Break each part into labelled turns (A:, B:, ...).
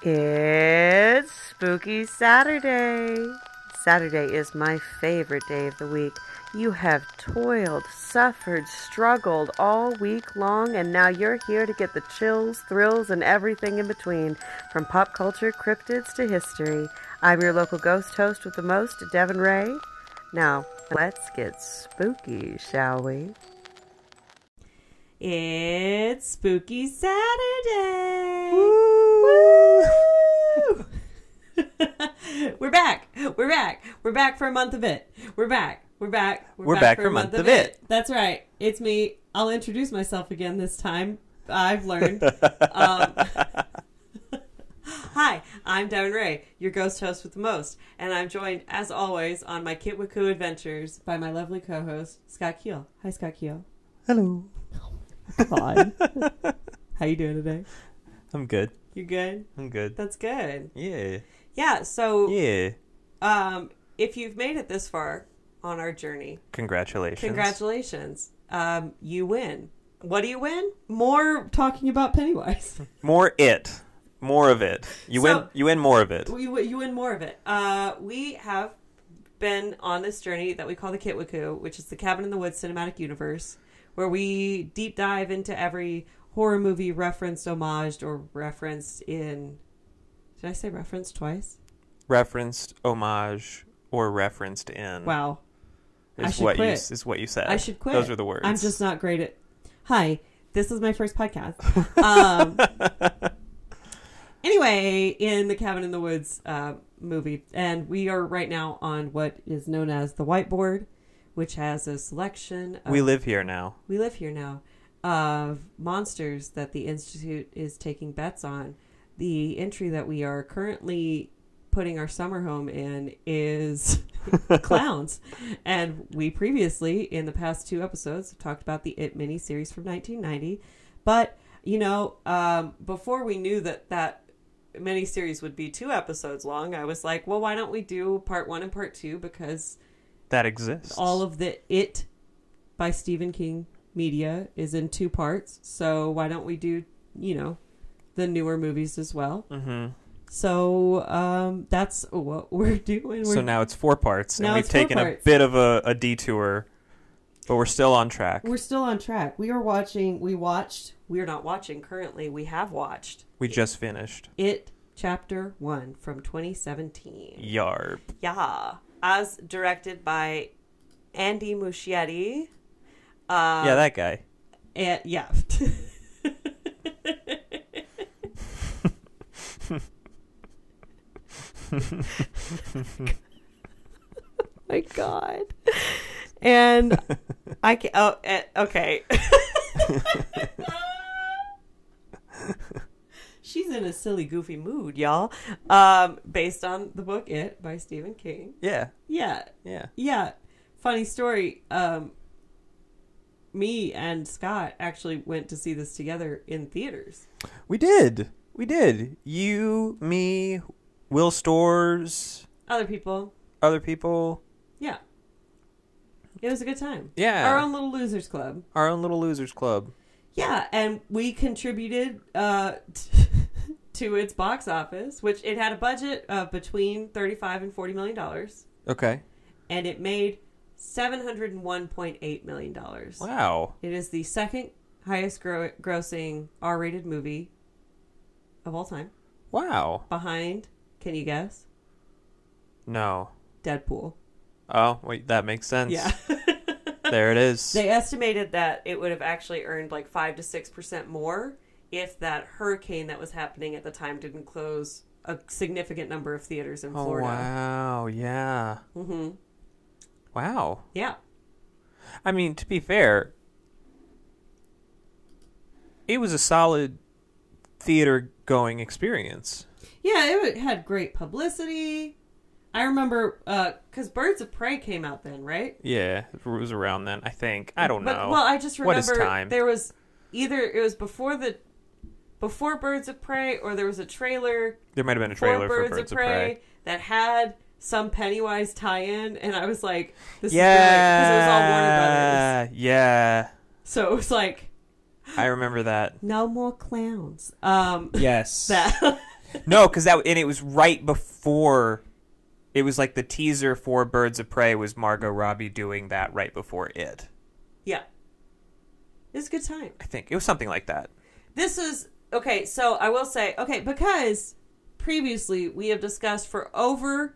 A: It's Spooky Saturday. Saturday is my favorite day of the week. You have toiled, suffered, struggled all week long, and now you're here to get the chills, thrills, and everything in between from pop culture, cryptids to history. I'm your local ghost host with the most, Devin Ray. Now, let's get spooky, shall we? It's Spooky Saturday. Woo! We're back. We're back. We're back for a month of it. We're back. We're back.
B: We're back for a month of it.
A: That's right. It's me. I'll introduce myself again this time. I've learned. um, hi, I'm Devin Ray, your ghost host with the most, and I'm joined, as always, on my Kitwiku adventures by my lovely co-host Scott Keel. Hi, Scott Keel.
B: Hello.
A: Fine. How you doing today?
B: I'm good.
A: You good?
B: I'm good.
A: That's good.
B: Yeah.
A: Yeah. So,
B: Yeah.
A: um, if you've made it this far on our journey,
B: Congratulations.
A: congratulations. Um, you win. What do you win? More talking about Pennywise.
B: More it. More of it. You
A: So-
B: win you win more of it.
A: you, you win more of it. Uh, we have been on this journey that we call the Kitwiku, which is the Cabin in the Woods cinematic universe, where we deep dive into every horror movie referenced, homaged, or referenced in. Did I say referenced twice?
B: Referenced, homage, or referenced in
A: Wow.
B: is
A: I should
B: what you
A: quit.
B: s- is what you said.
A: I should quit.
B: Those are the words.
A: I'm just not great at. Hi, this is my first podcast. um, anyway, in the Cabin in the Woods uh, movie, and we are right now on what is known as the whiteboard, which has a selection. Of,
B: We live here now.
A: we live here now of monsters that the institute is taking bets on. The entry that we are currently putting our summer home in is clowns, and we previously in the past two episodes have talked about the It mini series from 1990, but you know um, before we knew that that mini series would be two episodes long, I was like, well, why don't we do part one and part two because
B: That exists.
A: all of the It by Stephen King media is in two parts. So why don't we do, you know, the newer movies as well?
B: mm-hmm.
A: So um, that's what we're doing. We're,
B: So now it's four parts,
A: Now
B: and we've
A: it's four
B: taken a
A: parts.
B: bit of a, a detour, but we're still on track.
A: we're still on track. We are watching. We watched. We're not watching currently. We have watched
B: We just finished.
A: It Chapter 1 from 2017.
B: Yarp.
A: Yeah. As directed by Andy Muschietti. Uh,
B: yeah, that guy.
A: And yeah. My God. And I can. Oh, eh, okay. She's in a silly, goofy mood, y'all. Um, based on the book "It" by Stephen King.
B: Yeah.
A: Yeah,
B: Yeah.
A: yeah, funny story. Um, me and Scott actually went to see this together in theaters.
B: We did. We did. You, me, Will Stores,
A: Other people,
B: other people.
A: yeah, it was a good time.
B: Yeah.
A: Our own little losers club.
B: Our own little losers club.
A: Yeah, and we contributed uh, to its box office, which it had a budget of between thirty-five and forty million dollars,
B: Okay.
A: and it made seven hundred and one point eight million dollars.
B: Wow.
A: It is the second highest gro- grossing R rated movie of all time,
B: Wow.
A: behind, can you guess?
B: No.
A: Deadpool.
B: Oh, wait, that makes sense.
A: Yeah.
B: There it is.
A: they estimated that it would have actually earned like 5 to 6% more if that hurricane that was happening at the time didn't close a significant number of theaters in
B: oh,
A: Florida.
B: wow. Yeah.
A: hmm
B: Wow.
A: Yeah.
B: I mean, to be fair, it was a solid theater going experience.
A: Yeah, it wa- had great publicity. I remember because Birds of Prey came out then, right?
B: Yeah, it was around then, I think. I don't
A: But-
B: know.
A: Well, I just remember
B: Oh, What is time?
A: there was either it was before the before Birds of Prey or there was a trailer,
B: there might have been a
A: for
B: trailer for Birds of Prey.
A: that had some Pennywise tie-in, and I was like, "This
B: yeah, yeah.
A: is really because it was all Warner Brothers." So it was like,
B: I remember that.
A: "No more clowns." Um,
B: Yes.
A: that
B: No, because that and it was right before. It was like the teaser for Birds of Prey was Margot Robbie doing that right before it.
A: Yeah. It was a good time.
B: I think it was something like that.
A: This is okay, so I will say, okay, because previously we have discussed for over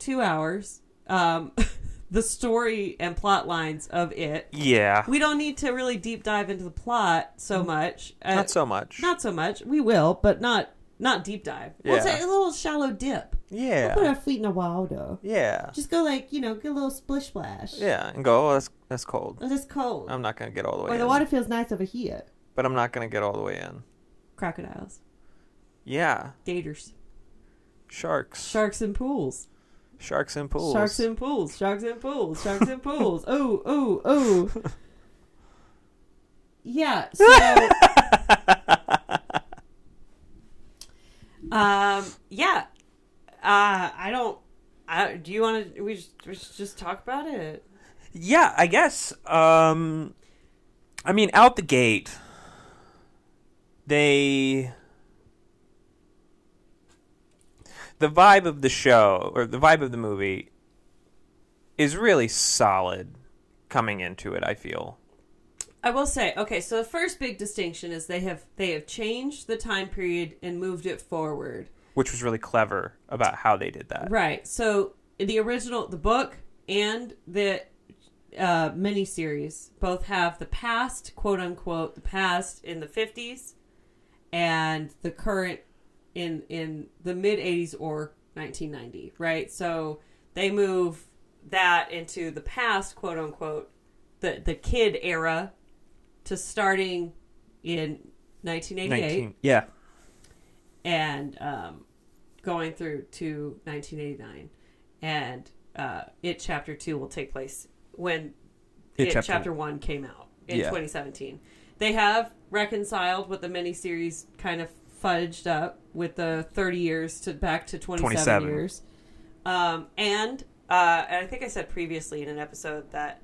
A: two hours um, the story and plot lines of it.
B: Yeah,
A: We don't need to really deep dive into the plot so much. Uh,
B: not so much.
A: Not so much. We will, but not not deep dive. We'll
B: Yeah.
A: take a little shallow dip. We'll put
B: yeah,
A: our feet in the water.
B: yeah,
A: Just go like you know, get a little splish splash.
B: yeah, and go. Oh, that's that's cold.
A: Oh, that's cold.
B: I'm not gonna get all the way
A: or
B: in.
A: the water feels nice over here.
B: But I'm not gonna get all the way in.
A: Crocodiles,
B: Yeah,
A: gators,
B: sharks,
A: sharks in pools.
B: sharks in pools.
A: Sharks in pools. Sharks in pools. Sharks in pools. Oh, oh, oh. Yeah. So. um. Yeah. Uh. I don't. I, do you want to? We just, we should just talk about it.
B: yeah, I guess. Um, I mean, out the gate, they. The vibe of the show, or the vibe of the movie, is really solid coming into it, I feel.
A: I will say. Okay. So the first big distinction is they have they have changed the time period and moved it forward.
B: Which was really clever about how they did that.
A: Right. So the original, the book and the uh, miniseries both have the past, quote unquote, the past in the fifties, and the current in in the mid eighties or nineteen ninety. Right. So they move that into the past, quote unquote, the the kid era, to starting in nineteen eighty eight
B: 19, yeah.
A: and um, going through to 1989, and uh, it chapter two will take place when
B: It
A: it,
B: Chapter-
A: chapter, one came out in
B: Yeah.
A: 2017. They have reconciled what the miniseries kind of fudged up with the 30 years to back to 27,
B: 27.
A: years, um, and uh, and I think I said previously in an episode that.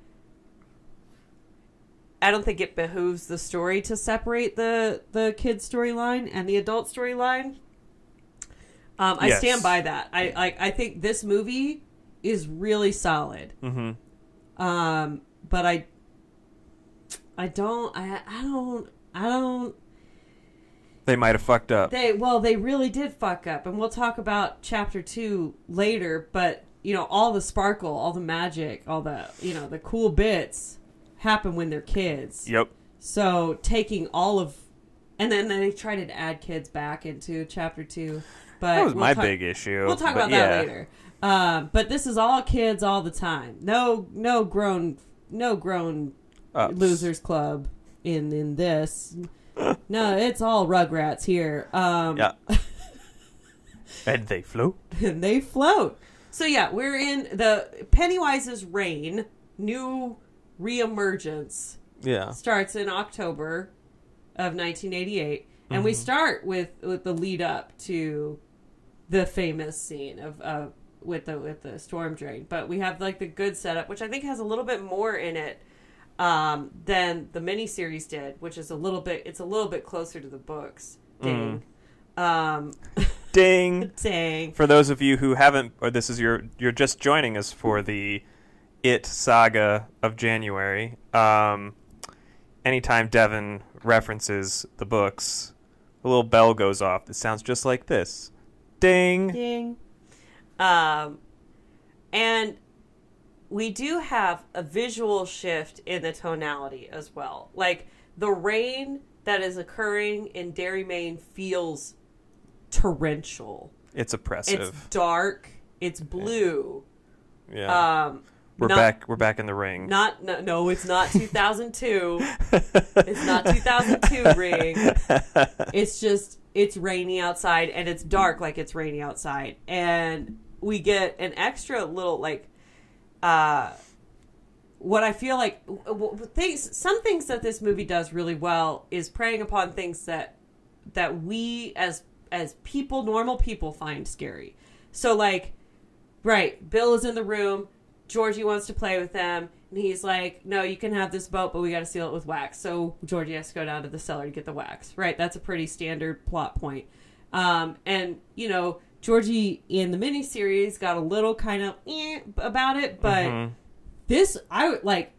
A: I don't think it behooves the story to separate the the kid storyline and the adult storyline. Um, I
B: Yes.
A: stand by that. I like. I think this movie is really solid.
B: Mm-hmm.
A: Um, but I, I don't. I I don't. I don't.
B: They might have fucked up.
A: They well, they really did fuck up, and we'll talk about chapter two later. But you know, all the sparkle, all the magic, all the you know, the cool bits happen when they're kids.
B: Yep.
A: So taking all of, and then they tried to add kids back into chapter two, but
B: That was
A: we'll
B: my
A: talk-
B: big issue.
A: We'll talk
B: but
A: about
B: yeah.
A: that later. Um, but this is all kids all the time. No, no grown, no grown
B: Ups.
A: losers club in in this. no, it's all Rugrats here. Um,
B: Yeah. and they flew.
A: and they float. So yeah, we're in the Pennywise's reign, new reemergence
B: Yeah.
A: starts in October of 1988, and we start with with the lead up to the famous scene of of with the with the storm drain. But we have like the good setup, which I think has a little bit more in it um, than the miniseries did, which is a little bit it's a little bit closer to the books. Dang, um,
B: Ding.
A: dang.
B: For those of you who haven't, or this is your, you're just joining us for the It saga of January. Um, anytime Devin references the books, a little bell goes off that sounds just like this. Ding.
A: Ding. Um, and we do have a visual shift in the tonality as well. Like the rain that is occurring in Dairy Maine feels torrential.
B: It's
A: It's
B: oppressive.
A: dark. It's blue.
B: yeah.
A: Um,
B: we're
A: not-
B: back. We're back in the ring.
A: Not no, no it's not 2002. it's not 2002 ring. It's just it's rainy outside and it's dark like it's rainy outside and we get an extra little like uh what I feel like w- w- things some things that this movie does really well is preying upon things that that we as as people normal people find scary. So like Right. Bill is in the room. Georgie wants to play with them. And he's like, no, you can have this boat, but we got to seal it with wax. So Georgie has to go down to the cellar to get the wax. Right. That's a pretty standard plot point. Um, and you know, Georgie in the miniseries got a little kind of eh about it, but
B: Mhm.
A: this I would- like.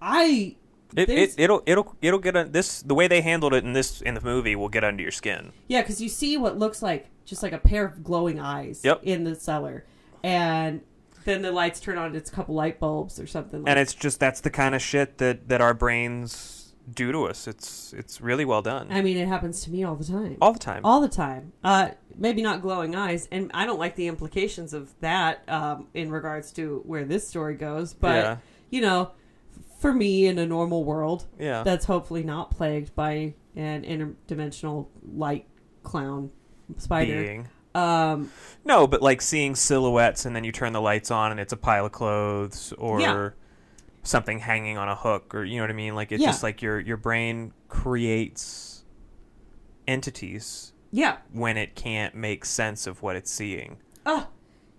A: I
B: It, it
A: there's-
B: it'll it'll it'll get on this the way they handled it in this in the movie will get under your skin.
A: Yeah, because you see what looks like just like a pair of glowing eyes
B: Yep.
A: in the cellar, and then the lights turn on. It's a couple light bulbs or something. Like
B: And it's just that's the kind of shit that that our brains do to us. It's it's really well done.
A: I mean, it happens to me all the time.
B: All the time.
A: All the time. Uh, maybe not glowing eyes, and I don't like the implications of that um, in regards to where this story goes. But
B: Yeah.
A: you know, for me in a normal world
B: yeah.
A: that's hopefully not plagued by an interdimensional light clown spider,
B: Being.
A: um,
B: No, but like seeing silhouettes and then you turn the lights on and it's a pile of clothes or
A: Yeah.
B: something hanging on a hook or you know what I mean? Like it's
A: Yeah.
B: just like your your brain creates entities
A: yeah,
B: when it can't make sense of what it's seeing.
A: Oh,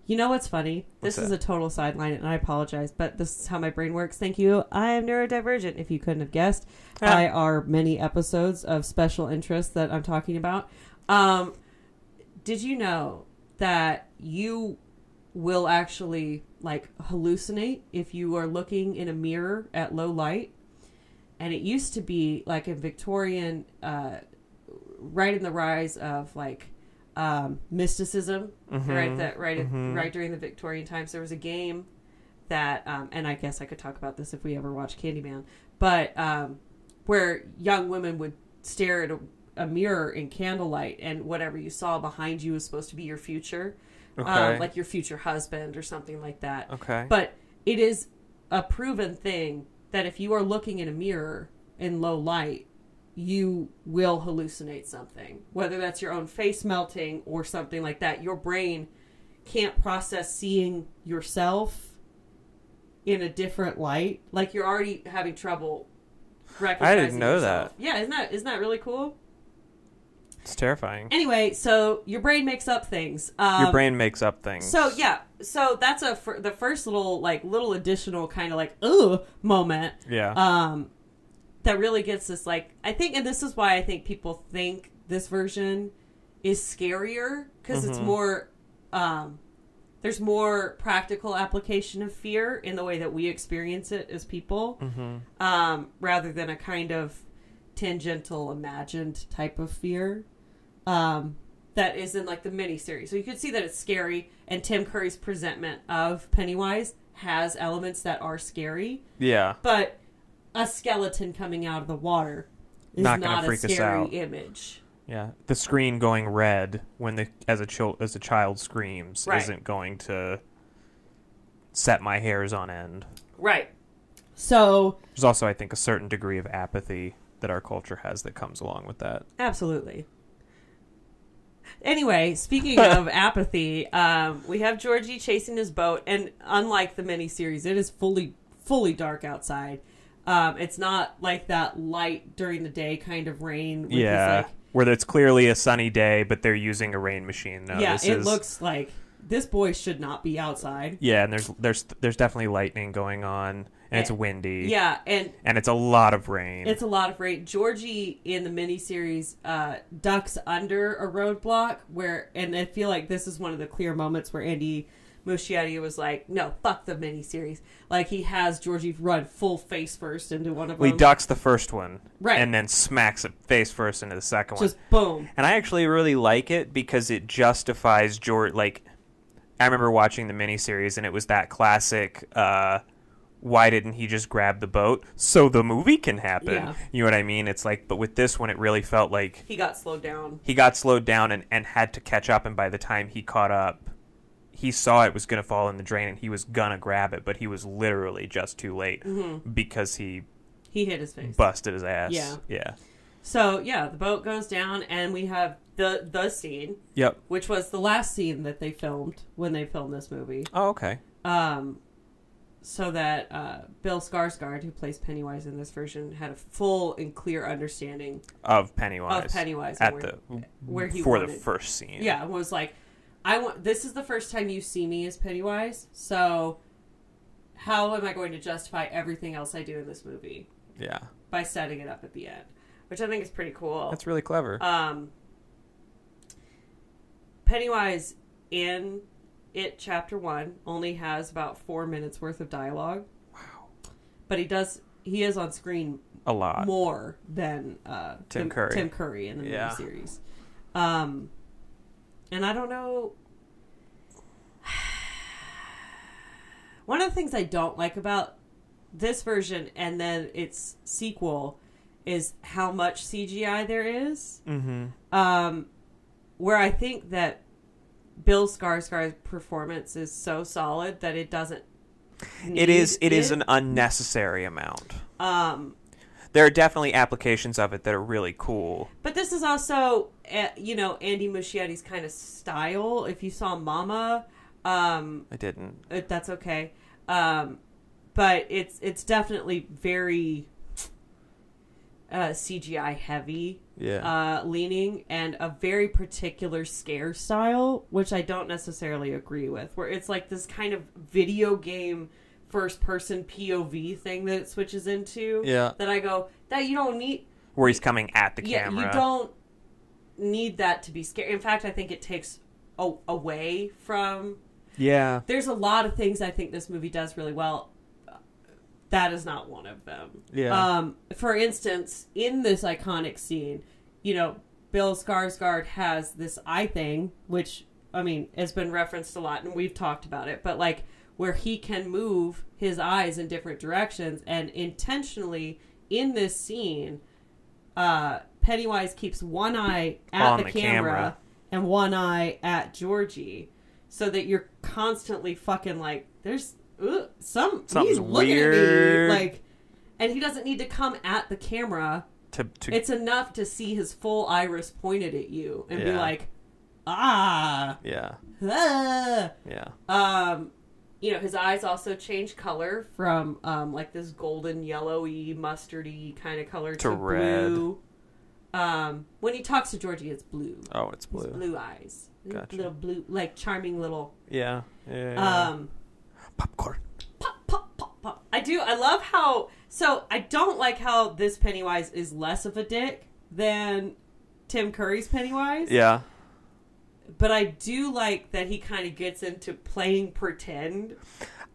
A: you know what's funny?
B: What's
A: This is
B: that?
A: a total sideline, and I apologize, but this is how my brain works. Thank you. I am neurodivergent. If you couldn't have guessed,
B: Ah.
A: I are many episodes of special interest that I'm talking about. Um, did you know that you will actually like hallucinate if you are looking in a mirror at low light? And it used to be like in Victorian, uh, right in the rise of like um, mysticism, right? That right,
B: mhm.
A: right during the Victorian times, there was a game that, um, and I guess I could talk about this if we ever watch Candyman, but um, where young women would stare at a, a mirror in candlelight, and whatever you saw behind you was supposed to be your future,
B: Okay.
A: um, like your future husband or something like that.
B: okay.
A: But it is a proven thing that if you are looking in a mirror in low light, you will hallucinate something, whether that's your own face melting or something like that. Your brain can't process seeing yourself in a different light. Like you're already having trouble recognizing.
B: know
A: yourself. Yeah, isn't that isn't that really cool?
B: it's terrifying.
A: Anyway, so your brain makes up things. Um,
B: your brain makes up things.
A: so yeah, so that's a fir- the first little like little additional kind of like ooh moment
B: Yeah.
A: um that really gets us like I think and this is why I think people think this version is scarier because it's more um there's more practical application of fear in the way that we experience it as people
B: hmm
A: um, rather than a kind of tangential, imagined type of fear um, that is in like the miniseries. So you can see that it's scary, and Tim Curry's presentment of Pennywise has elements that are scary,
B: Yeah.
A: but a skeleton coming out of the water is
B: Not
A: not,
B: gonna
A: a
B: freak us
A: scary
B: out.
A: image.
B: Yeah. The screen going red when the as a child as a child screams
A: Right.
B: isn't going to set my hairs on end.
A: Right. So
B: There's also, I think, a certain degree of apathy that our culture has that comes along with that.
A: Absolutely. Anyway, speaking of apathy, um, we have Georgie chasing his boat, and unlike the miniseries, it is fully fully dark outside. Um, it's not like that light during the day kind of rain. Which
B: yeah,
A: is
B: where it's clearly a sunny day, but they're using a rain machine. No,
A: like, yeah.
B: this
A: It
B: is-
A: looks like this boy should not be outside.
B: Yeah, and there's there's there's definitely lightning going on, and it's windy.
A: Eh, Yeah, and
B: and it's a lot of rain.
A: It's a lot of rain. Georgie in the miniseries uh, ducks under a roadblock where, and I feel like this is one of the clear moments where Andy Muschietti was like, "No, fuck the miniseries." Like he has Georgie run full face first into one of
B: Well, he
A: them,
B: ducks the first one,
A: um, Right.
B: and then smacks it face first into the second one.
A: just boom.
B: And I actually really like it because it justifies George. Like, I remember watching the miniseries, and it was that classic. Uh, why didn't he just grab the boat so the movie can happen?
A: Yeah.
B: You know what I mean? It's like, but with this one, it really felt like
A: He got slowed down.
B: he got slowed down and, and had to catch up. And by the time he caught up, he saw it was going to fall in the drain, and he was gonna grab it, but he was literally just too late because he
A: He hit his face.
B: busted his ass.
A: Mm-hmm. Yeah.
B: Yeah.
A: so yeah, the boat goes down, and we have the the scene,
B: Yep.
A: which was the last scene that they filmed when they filmed this movie.
B: Oh, okay.
A: um, so that uh, Bill Skarsgård, who plays Pennywise in this version, had a full and clear understanding
B: Of Pennywise.
A: of Pennywise and
B: Oh, at
A: where,
B: the
A: where he
B: for the
A: wanted-
B: first scene.
A: yeah, and was like, I want this is the first time you see me as Pennywise, so how am I going to justify everything else I do in this movie
B: yeah,
A: by Oh. setting it up at the end, which I think is pretty cool.
B: that's really clever.
A: Um, Pennywise in it chapter one only has about four minutes worth of dialogue. Wow. But he does he is on screen
B: a lot.
A: more than uh,
B: Uh, Tim
A: the-
B: Curry.
A: Tim Curry in the
B: Yeah.
A: movie series. Um, and I don't know. One of the things I don't like about this version and then its sequel is how much CGI there is.
B: Mm-hmm.
A: Um, where I think that Bill Skarsgård's performance is so solid that it doesn't.
B: It is.
A: need
B: it is an unnecessary amount.
A: um,
B: There are definitely applications of it that are really cool.
A: But this is also, uh, you know, Andy Muschietti's kind of style. If you saw Mama, um,
B: I didn't.
A: uh, that's okay. Um, but it's it's definitely very uh, CGI heavy
B: Yeah.
A: uh, leaning and a very particular scare style, which I don't necessarily agree with. Where it's like this kind of video game first person POV thing that it switches into.
B: Yeah.
A: That I go that you don't need
B: Where he's coming at the camera.
A: you don't need that to be scary. In fact, I think it takes a- away from.
B: Yeah.
A: There's a lot of things I think this movie does really well. That is not one of them.
B: Yeah.
A: Um, for instance, in this iconic scene, you know, Bill Skarsgård has this eye thing, which I mean has been referenced a lot, and we've talked about it. But like where he can move his eyes in different directions, and intentionally in this scene, uh, Pennywise keeps one eye at
B: On
A: the,
B: the
A: camera,
B: camera.
A: and one eye at Georgie, so that you're constantly fucking like, there's ooh, some he's
B: Something's
A: looking at me,
B: weird.
A: like, and he doesn't need to come at the camera.
B: To to
A: It's enough to see his full iris pointed at you and be
B: Yeah.
A: like, ah,
B: yeah
A: ah.
B: yeah
A: Um, you know, his eyes also change color from um, like this golden yellowy mustardy kind of color to,
B: red.
A: blue. Um, when he talks to Georgie, it's blue.
B: oh it's
A: Blue,
B: blue
A: His blue eyes,
B: Gotcha.
A: little blue, like charming little.
B: yeah yeah,
A: Um,
B: popcorn
A: pop, pop, pop, pop. I do. I love how. So I don't like how this Pennywise is less of a dick than Tim Curry's Pennywise.
B: yeah
A: But I do like that he kind of gets into playing pretend.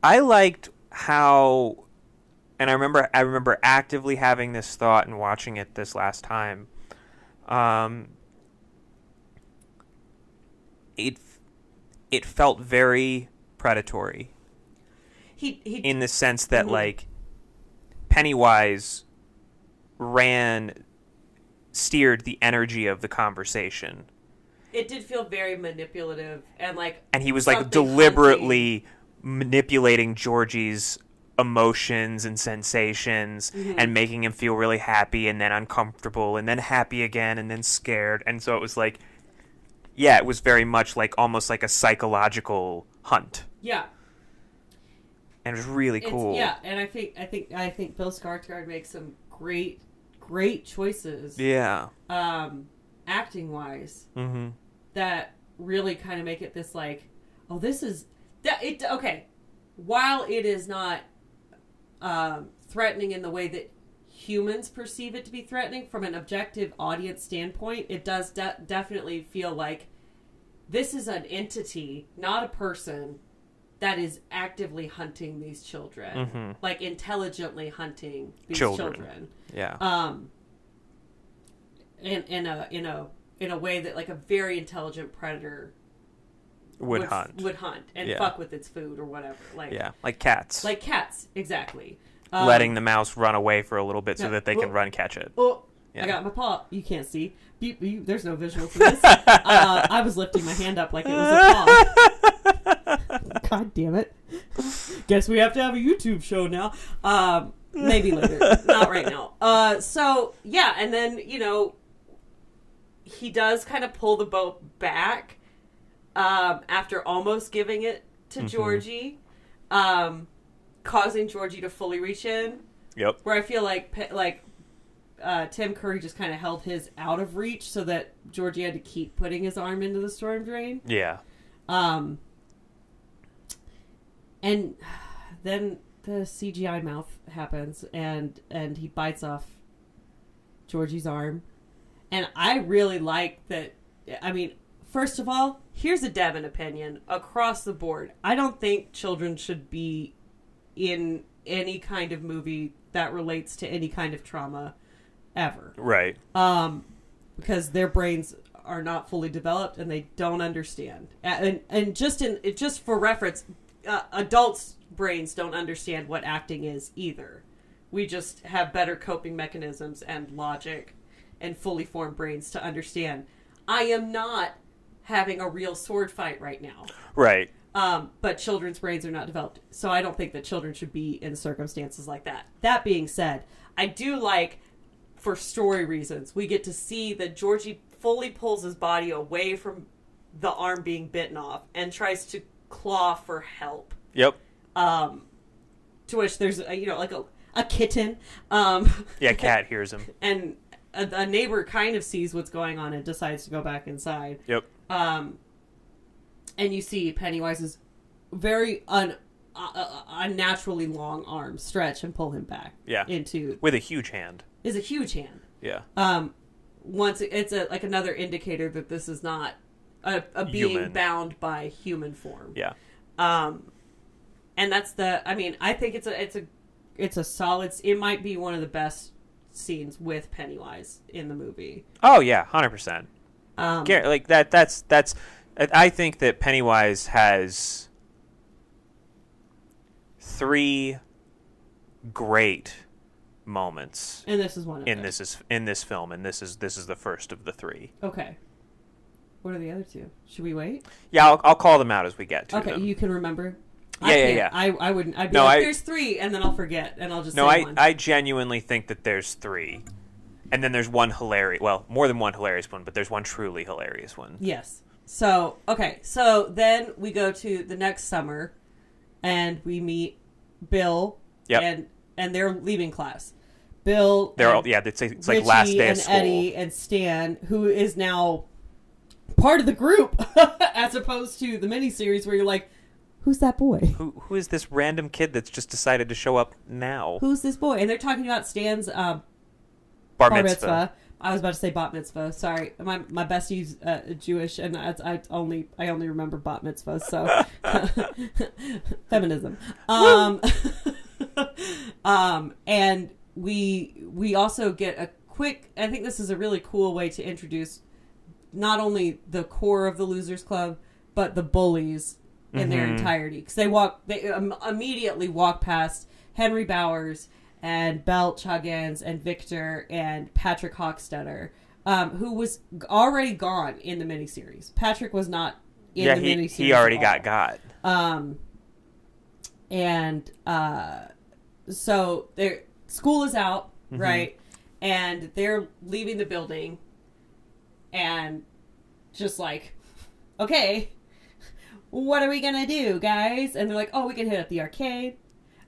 B: I liked how, and I remember I remember actively having this thought and watching it this last time. Um, it it felt very predatory
A: He he
B: in the sense that
A: Mhm.
B: like Pennywise ran steered the energy of the conversation
A: it did feel very manipulative and like
B: and he was like
A: something
B: deliberately manipulating Georgie's emotions and sensations
A: Mm-hmm.
B: and making him feel really happy and then uncomfortable and then happy again and then scared and so it was like yeah it was very much like almost like a psychological hunt
A: yeah
B: and it was really
A: it's,
B: cool
A: yeah and i think i think i think bill skarsgård makes some great great choices
B: yeah
A: um acting wise
B: mhm
A: that really kind of make it this like oh this is that it okay while it is not um threatening in the way that humans perceive it to be threatening from an objective audience standpoint it does de- definitely feel like this is an entity not a person that is actively hunting these children
B: mhm
A: like intelligently hunting these
B: Children.
A: children
B: yeah
A: um in in a in a in a way that like a very intelligent predator
B: would hunt
A: would hunt and
B: Yeah.
A: fuck with its food or whatever like
B: yeah like cats
A: like cats exactly
B: letting the mouse run away for a little bit so
A: no,
B: that they can
A: well-
B: run catch it
A: oh
B: Yeah.
A: I got my paw. You can't see. Beep, beep. There's no visual for this. uh, I was lifting my hand up like it was a paw. God damn it! Guess we have to have a YouTube show now. Um, maybe later, not right now. Uh, so yeah, and then you know he does kind of pull the boat back um, after almost giving it to Georgie, um, causing Georgie to fully reach in.
B: yep
A: Where I feel like pe- like uh, Tim Curry just kind of held his out of reach so that Georgie had to keep putting his arm into the storm drain.
B: yeah
A: Um, and then the CGI mouth happens, and and he bites off Georgie's arm, and I really like that. I mean, First of all, here's a Devin opinion across the board. I don't think children should be in any kind of movie that relates to any kind of trauma ever.
B: Right.
A: Um, because their brains are not fully developed and they don't understand. And and just in it just for reference, uh, adults' brains don't understand what acting is either. We just have better coping mechanisms and logic and fully formed brains to understand. I am not having a real sword fight right now.
B: Right.
A: Um, but children's brains are not developed. So I don't think that children should be in circumstances like that. That being said, I do like, for story reasons, we get to see that Georgie fully pulls his body away from the arm being bitten off and tries to claw for help.
B: Yep.
A: Um, to which there's, a, you know, like a, a kitten. Um,
B: Yeah, cat hears him.
A: and a, a neighbor kind of sees what's going on and decides to go back inside
B: Yep.
A: um, and you see Pennywise's very un, uh, uh, unnaturally long arm stretch and pull him back
B: Yeah.
A: into
B: With a huge hand.
A: is a huge hand.
B: Yeah.
A: Um, once it- it's a, like another indicator that this is not a, a being
B: Human.
A: bound by human form.
B: Yeah.
A: Um, and that's the I mean I think it's a it's a it's a solid. It might be one of the best scenes with Pennywise in the movie.
B: Oh yeah, hundred percent.
A: Um,
B: Gar- like that that's that's I I think that Pennywise has three great moments
A: and this is one of
B: in
A: them.
B: this is in this film and this is this is the first of the three.
A: Okay. What are the other two? Should we wait?
B: Yeah, I'll, I'll call them out as we get to
A: okay,
B: them.
A: you can remember.
B: Yeah,
A: I
B: yeah,
A: can't.
B: yeah.
A: I, I wouldn't. I'd be
B: No,
A: like,
B: I-
A: there's three, and then I'll forget, and I'll just
B: no,
A: say
B: I
A: one.
B: I genuinely think that there's three. And then there's one hilarious, well, more than one hilarious one, but there's one truly hilarious one.
A: yes. So okay, so then we go to the next summer, and we meet Bill.
B: Yep.
A: And and they're leaving class. Bill.
B: They're
A: and
B: all, yeah, it's, it's like
A: Richie
B: last day of
A: and
B: school.
A: Eddie and Stan, who is now part of the group, as opposed to the miniseries where you're like, who's that boy?
B: Who, who is this random kid that's just decided to show up now?
A: Who's this boy? And they're talking about Stan's um,
B: Bar,
A: bar
B: mitzvah.
A: mitzvah. I was about to say bat mitzvah. Sorry, my my bestie's uh, Jewish, and I, I only I only remember bat mitzvah. So feminism. Um, um, and we we also get a quick. I think this is a really cool way to introduce not only the core of the losers club, but the bullies in their
B: Mhm.
A: entirety because they walk they um, immediately walk past Henry Bowers and Belch Huggins and Victor and Patrick Hockstetter, um, who was g- already gone in the miniseries. Patrick was not in
B: yeah,
A: the
B: he,
A: miniseries.
B: he already
A: at all.
B: got got.
A: Um, and uh, so their school is out, right? And they're leaving the building, and just like, okay, what are we gonna do, guys? And they're like, oh, we can hit up the arcade.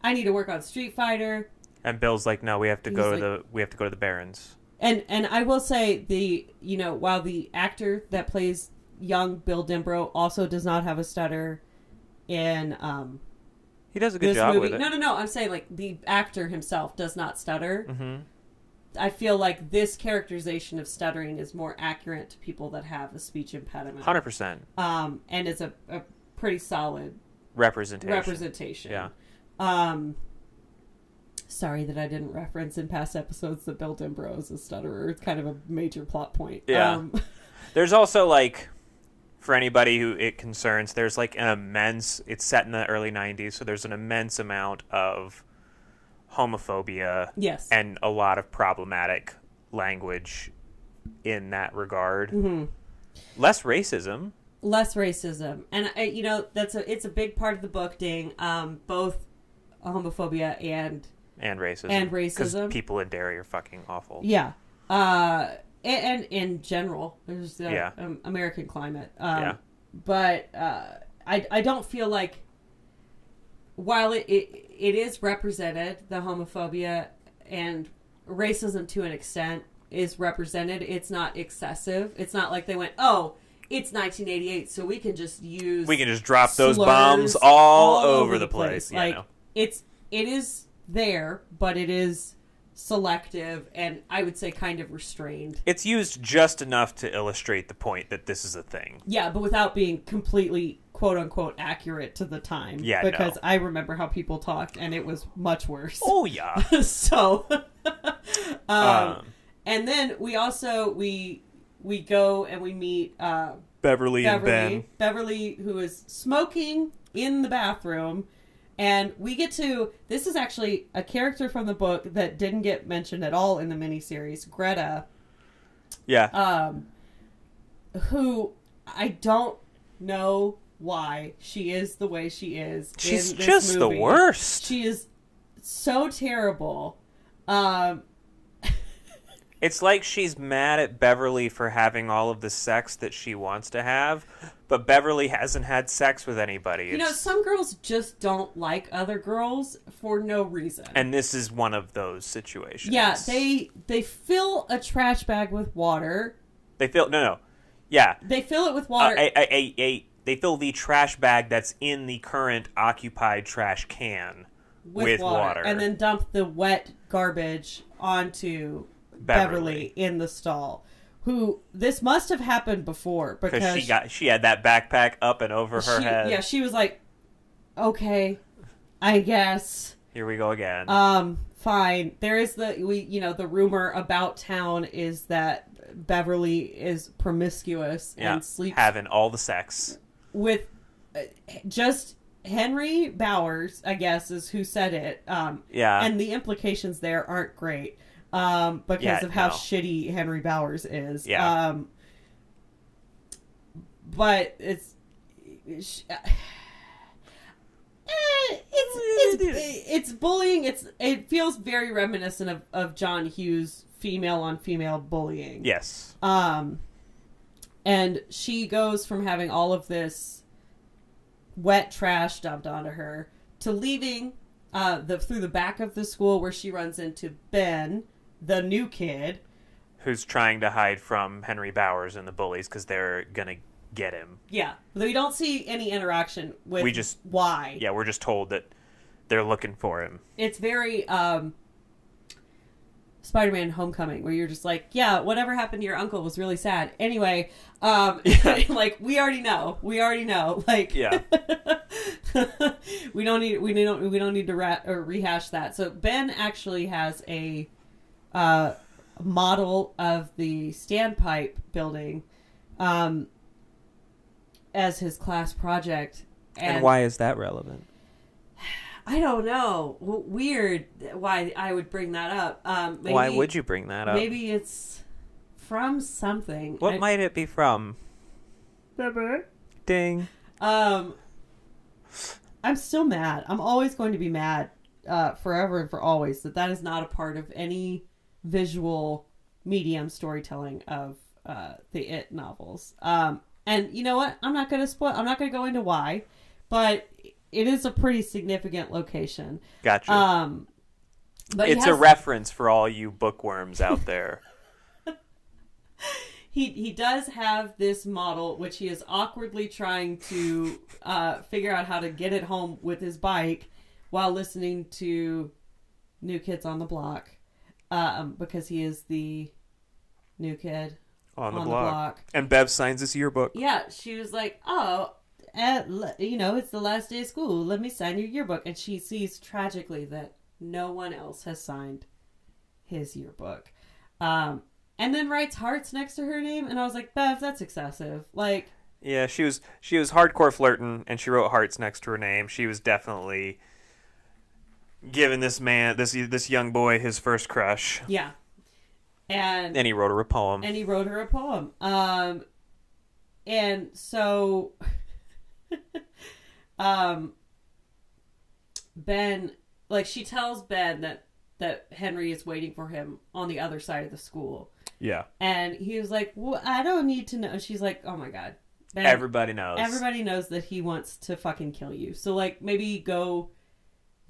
A: I need to work on Street Fighter.
B: And Bill's like, no, we have to
A: He's
B: go
A: like-
B: to the we have to go to the Barons.
A: And and I will say the you know while the actor that plays young Bill Dimbro also does not have a stutter in um,
B: He does a good
A: this
B: job
A: movie.
B: with it.
A: No, no, no. I'm saying like the actor himself does not stutter.
B: Mm-hmm.
A: I feel like this characterization of stuttering is more accurate to people that have a speech impediment.
B: Hundred percent
A: Um, and it's a, a pretty solid
B: representation.
A: representation.
B: Yeah.
A: Um. Sorry that I didn't reference in past episodes that Bill Dimbro is a stutterer. It's kind of a major plot point.
B: Yeah.
A: Um,
B: There's also like, for anybody who it concerns, there's like an immense. It's set in the early '90s, so there's an immense amount of homophobia
A: yes.
B: and a lot of problematic language in that regard.
A: Mhm.
B: Less racism.
A: less racism and I, you know that's a it's a big part of the book ding um both homophobia and
B: And racism.
A: And
B: 'Cause
A: racism.
B: people in Derry are fucking awful.
A: Yeah. Uh, and, and in general, there's the
B: Yeah.
A: um, American climate. Um,
B: Yeah.
A: But uh, I, I don't feel like, while it, it, it is represented, the homophobia and racism to an extent is represented, it's not excessive. It's not like they went, oh, it's 1988, so we can just use
B: We can just drop those
A: slurs
B: bombs all, over the place. you
A: Like
B: know.
A: it's it is there, but it is selective and I would say kind of restrained.
B: It's used just enough to illustrate the point that this is a thing.
A: Yeah, but without being completely quote unquote accurate to the time.
B: Yeah, no.
A: Because I remember how people talked and it was much worse.
B: Oh yeah.
A: so um,
B: Um,
A: and then we also we we go and we meet uh
B: Beverly, and Ben.
A: Beverly. Beverly, who is smoking in the bathroom. And we get to this is actually a character from the book that didn't get mentioned at all in the miniseries, Greta,
B: Yeah.
A: um, who I don't know why she is the way she is.
B: She's
A: in this
B: just the
A: movie.
B: worst.
A: She is so terrible. Um,
B: It's like she's mad at Beverly for having all of the sex that she wants to have, but Beverly hasn't had sex with anybody.
A: you know,
B: It's-
A: some girls just don't like other girls for no reason.
B: and this is one of those situations.
A: Yeah, they they fill a trash bag with water.
B: they fill no no, yeah,
A: They fill it with
B: uh,
A: water.
B: a, a, a, a, they fill the trash bag that's in the current occupied trash can
A: with, water, and then dump the wet garbage onto Beverly,
B: Beverly.
A: in the stall. Who this must have happened before because
B: because she got she had that backpack up and over her
A: she-
B: head.
A: Yeah, she was like, "Okay, I guess."
B: Here we go again.
A: Um, fine. There is the we you know the rumor about town is that Beverly is promiscuous
B: yeah,
A: and sleeps
B: having all the sex.
A: with uh, just Henry Bowers, I guess, is who said it. Um,
B: Yeah.
A: and the implications there aren't great um, because
B: Yeah,
A: of how
B: no.
A: shitty Henry Bowers is.
B: Yeah.
A: Um, but it's. sh- eh, It's, it's it's bullying. It's it feels very reminiscent of, of John Hughes female on female bullying.
B: Yes.
A: Um, and she goes from having all of this wet trash dumped onto her to leaving uh, the through the back of the school where she runs into Ben, the new kid.
B: who's trying to hide from Henry Bowers and the bullies because they're gonna get him.
A: Yeah, we don't see any interaction with
B: We just-
A: why.
B: Yeah, we're just told that they're looking for him.
A: It's very um, Spider-Man: Homecoming, where you're just like, yeah, whatever happened to your uncle was really sad. Anyway, um, like we already know, we already know, like
B: Yeah.
A: we don't need we don't we don't need to rat or rehash that. So Ben actually has a uh, model of the standpipe building um, as his class project.
B: is that relevant?
A: I don't know. W- Weird why I would bring that up. Um, maybe,
B: Why would you bring that up?
A: Maybe it's from something.
B: what
A: I-
B: might it be from? Ding.
A: Um, I'm still mad. I'm always going to be mad, uh, forever and for always. That that is not a part of any visual medium storytelling of uh, the It novels. Um, and you know what? I'm not going to spoil. I'm not going to go into why, but it is a pretty significant location.
B: Gotcha.
A: Um, but he
B: it's a
A: has-
B: reference for all you bookworms out there.
A: he he does have this model which he is awkwardly trying to uh, figure out how to get it home with his bike while listening to new kids on the block um, because he is the new kid
B: On, the,
A: On the
B: blog.
A: block.
B: And Bev signs his yearbook.
A: yeah she was like oh at, le- you know it's the last day of school let me sign your yearbook and she sees tragically that no one else has signed his yearbook um, and then writes hearts next to her name and i was like bev that's excessive like
B: Yeah, she was she was hardcore flirting, and she wrote hearts next to her name. She was definitely giving this man this this young boy his first crush.
A: Yeah. And
B: And he wrote her a poem.
A: and he wrote her a poem. Um and so um Ben like she tells Ben that that Henry is waiting for him on the other side of the school.
B: yeah.
A: And he was like, well, I don't need to know. And she's like, oh my God. Ben,
B: Everybody knows.
A: everybody knows that he wants to fucking kill you. So, like, maybe go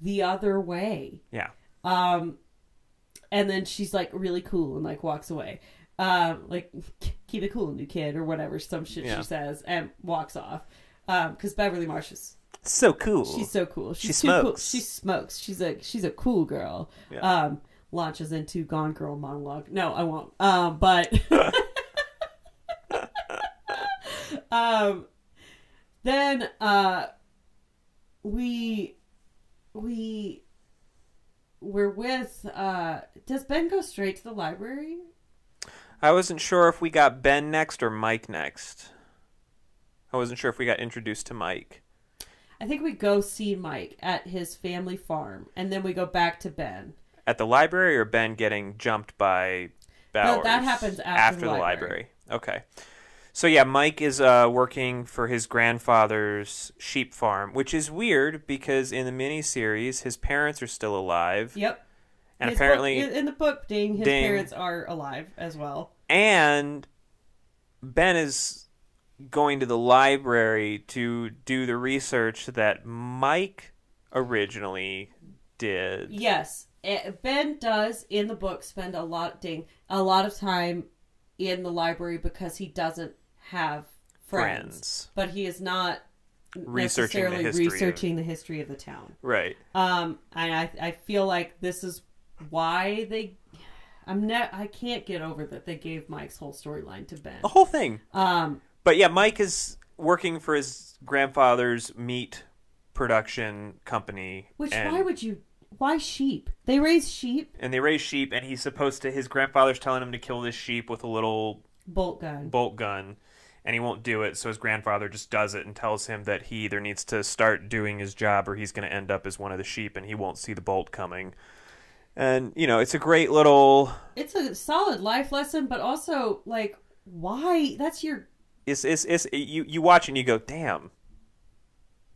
A: the other way.
B: Yeah.
A: Um, and then she's like really cool and like walks away. Um, like keep it cool, new kid, or whatever some shit
B: Yeah.
A: she says, and walks off. Um, because Beverly Marsh is
B: So cool.
A: she's so cool. She's
B: She
A: too cool.
B: smokes.
A: She smokes. She's a she's a cool girl.
B: Yeah.
A: Um, launches into Gone Girl monologue. No, I won't. Um, but um, then uh, we we we're with. Uh, does Ben go straight to the library?
B: I wasn't sure if we got Ben next or Mike next. I wasn't sure if we got introduced to Mike.
A: I think we go see Mike at his family farm, and then we go back to Ben.
B: At the library or Ben getting jumped by Bowers?
A: No, that happens after,
B: after the library. Okay. So yeah, Mike is uh, working for his grandfather's sheep farm, which is weird because in the miniseries his parents are still alive,
A: Yep.
B: and
A: His book-
B: apparently
A: in the book, ding, his
B: Ding.
A: parents are alive as well.
B: and Ben is going to the library to do the research that Mike originally did.
A: Yes, Eh, Ben does in the book spend a lot ding a lot of time in the library because he doesn't have friends,
B: Friends.
A: but he is not
B: Researching the
A: necessarily
B: history of-
A: researching the history of the town.
B: Right.
A: Um, and I I feel like this is why they. I'm ne- I can't get over that they gave Mike's whole storyline to Ben.
B: The whole thing.
A: Um,
B: But yeah, Mike is working for his grandfather's meat production company.
A: which
B: and,
A: why would you? Why sheep? They raise sheep.
B: and they raise sheep and he's supposed to his grandfather's telling him to kill this sheep with a little
A: Bolt gun.
B: bolt gun and he won't do it so his grandfather just does it and tells him that he either needs to start doing his job or he's going to end up as one of the sheep and he won't see the bolt coming and you know it's a great little
A: it's a solid life lesson, but also like why that's your
B: it's it's, it's you you watch and you go damn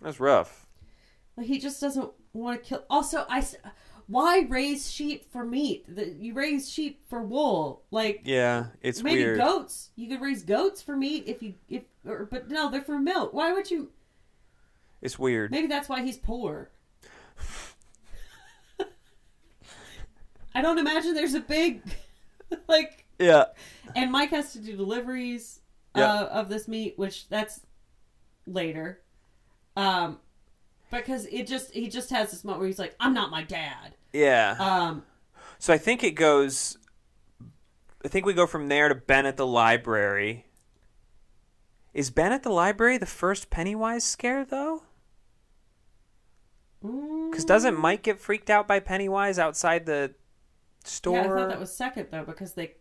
B: that's rough
A: like he just doesn't want to kill. Also, I s- why raise sheep for meat? The, you raise sheep for wool, like
B: yeah it's
A: maybe
B: weird
A: goats. You could raise goats for meat if you if or but no, they're for milk. Why would you?
B: it's weird
A: Maybe that's why he's poor. I don't imagine there's a big like
B: yeah
A: and Mike has to do deliveries
B: Yeah.
A: uh, of this meat, which that's later, um, because it just he just has this moment where he's like, "I'm not my dad."
B: yeah
A: Um,
B: so i think it goes i think we go from there to ben at the library is ben at the library the first pennywise scare though
A: mm,
B: Because doesn't Mike get freaked out by Pennywise outside the store?
A: yeah, I thought that was second though, because they,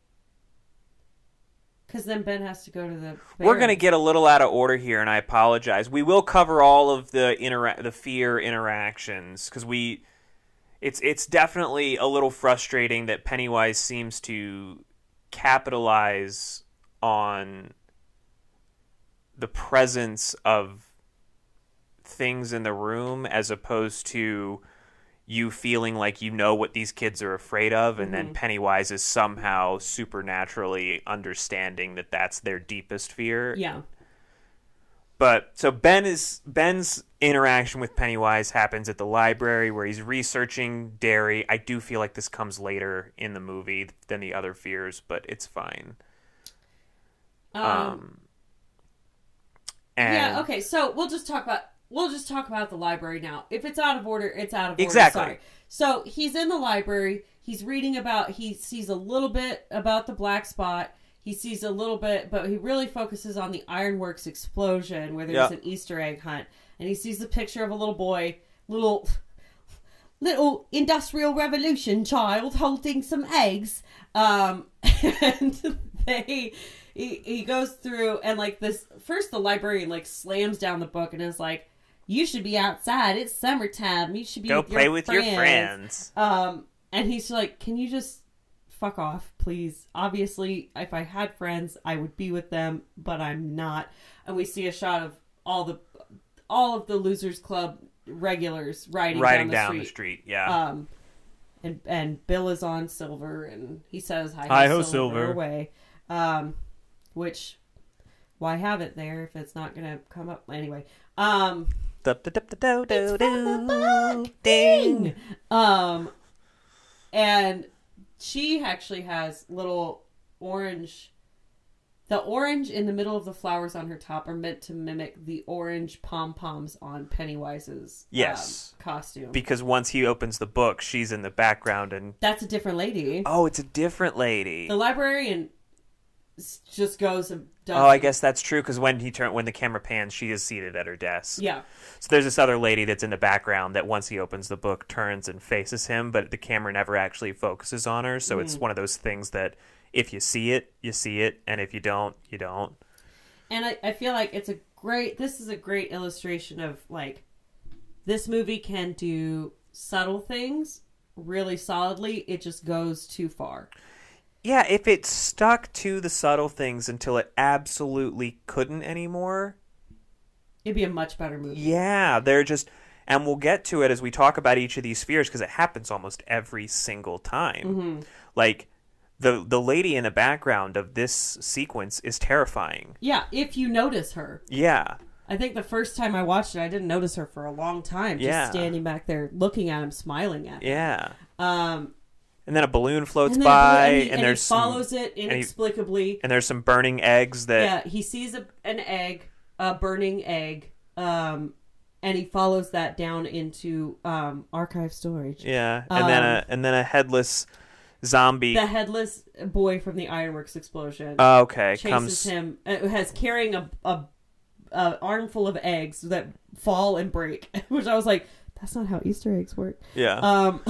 A: because then Ben has to go to the.
B: We're gonna
A: barracks.
B: get a little out of order here, and I apologize. We will cover all of the intera- the fear interactions because we, it's it's definitely a little frustrating that Pennywise seems to capitalize on the presence of things in the room as opposed to you feeling like you know what these kids are afraid of and
A: Mm-hmm.
B: then pennywise is somehow supernaturally understanding that that's their deepest fear
A: yeah.
B: but so ben is ben's interaction with pennywise happens at the library where he's researching dairy i do feel like this comes later in the movie than the other fears but it's fine
A: Um,
B: um and
A: yeah. Okay. So we'll just talk about we'll just talk about the library now. If it's out of order, it's out of
B: Exactly.
A: order. Sorry. So he's in the library. He's reading about. He sees a little bit about the black spot. He sees a little bit, but he really focuses on the ironworks explosion where there's
B: Yeah.
A: an Easter egg hunt, and he sees the picture of a little boy, little little industrial revolution child holding some eggs um and they he, he goes through and like this first the librarian like slams down the book and is like you should be outside it's summertime you should be
B: go
A: with
B: play
A: your
B: with
A: friends.
B: your friends
A: um and he's like can you just fuck off please obviously if i had friends i would be with them but i'm not and we see a shot of all the all of the losers club regulars riding,
B: riding
A: down the street
B: street yeah
A: um, and and Bill is on silver, and he says, "Hi,
B: Hi
A: ho,
B: ho,
A: silver,
B: Silver."
A: away." Um, which why have it there if it's not gonna come up anyway? Um,
B: Dup, dup, dup, dup, do, do, do.
A: ding.
B: Ding.
A: Um, and she actually has little orange The orange in the middle of the flowers on her top are meant to mimic the orange pom poms on Pennywise's um,
B: Yes.
A: costume.
B: because once he opens the book, she's in the background and
A: That's a different lady.
B: oh, it's a different lady.
A: The librarian s- just goes and does.
B: Oh, I guess that's true because when he turn when the camera pans, she is seated at her desk.
A: Yeah,
B: So there's this other lady that's in the background that once he opens the book turns and faces him, but the camera never actually focuses on her. So
A: Mm.
B: it's one of those things that if you see it, you see it, and if you don't, you don't.
A: and I, I feel like it's a great. This is a great illustration of like this movie can do subtle things really solidly. It just goes too far.
B: Yeah, if it stuck to the subtle things until it absolutely couldn't anymore,
A: It'd be a much better movie.
B: Yeah, they're just, and we'll get to it as we talk about each of these fears because it happens almost every single time.
A: Mm-hmm.
B: Like the the lady in the background of this sequence is terrifying.
A: Yeah, if you notice her.
B: Yeah,
A: I think the first time I watched it, I didn't notice her for a long time. Just
B: Yeah.
A: standing back there, looking at him, smiling at him.
B: yeah.
A: Um,
B: And then a balloon floats
A: and then,
B: by,
A: and, he,
B: and,
A: and he
B: there's
A: follows
B: some,
A: it
B: and he-
A: inexplicably.
B: and there's some burning eggs that
A: yeah, he sees a, an egg, a burning egg, um, and he follows that down into um, archive storage.
B: yeah, and then a and then a headless zombie.
A: Um, The headless boy from the ironworks explosion
B: Oh, okay,
A: chases
B: comes
A: him. Uh, has carrying a, a a armful of eggs that fall and break, which I was like, that's not how Easter eggs work.
B: yeah,
A: Um,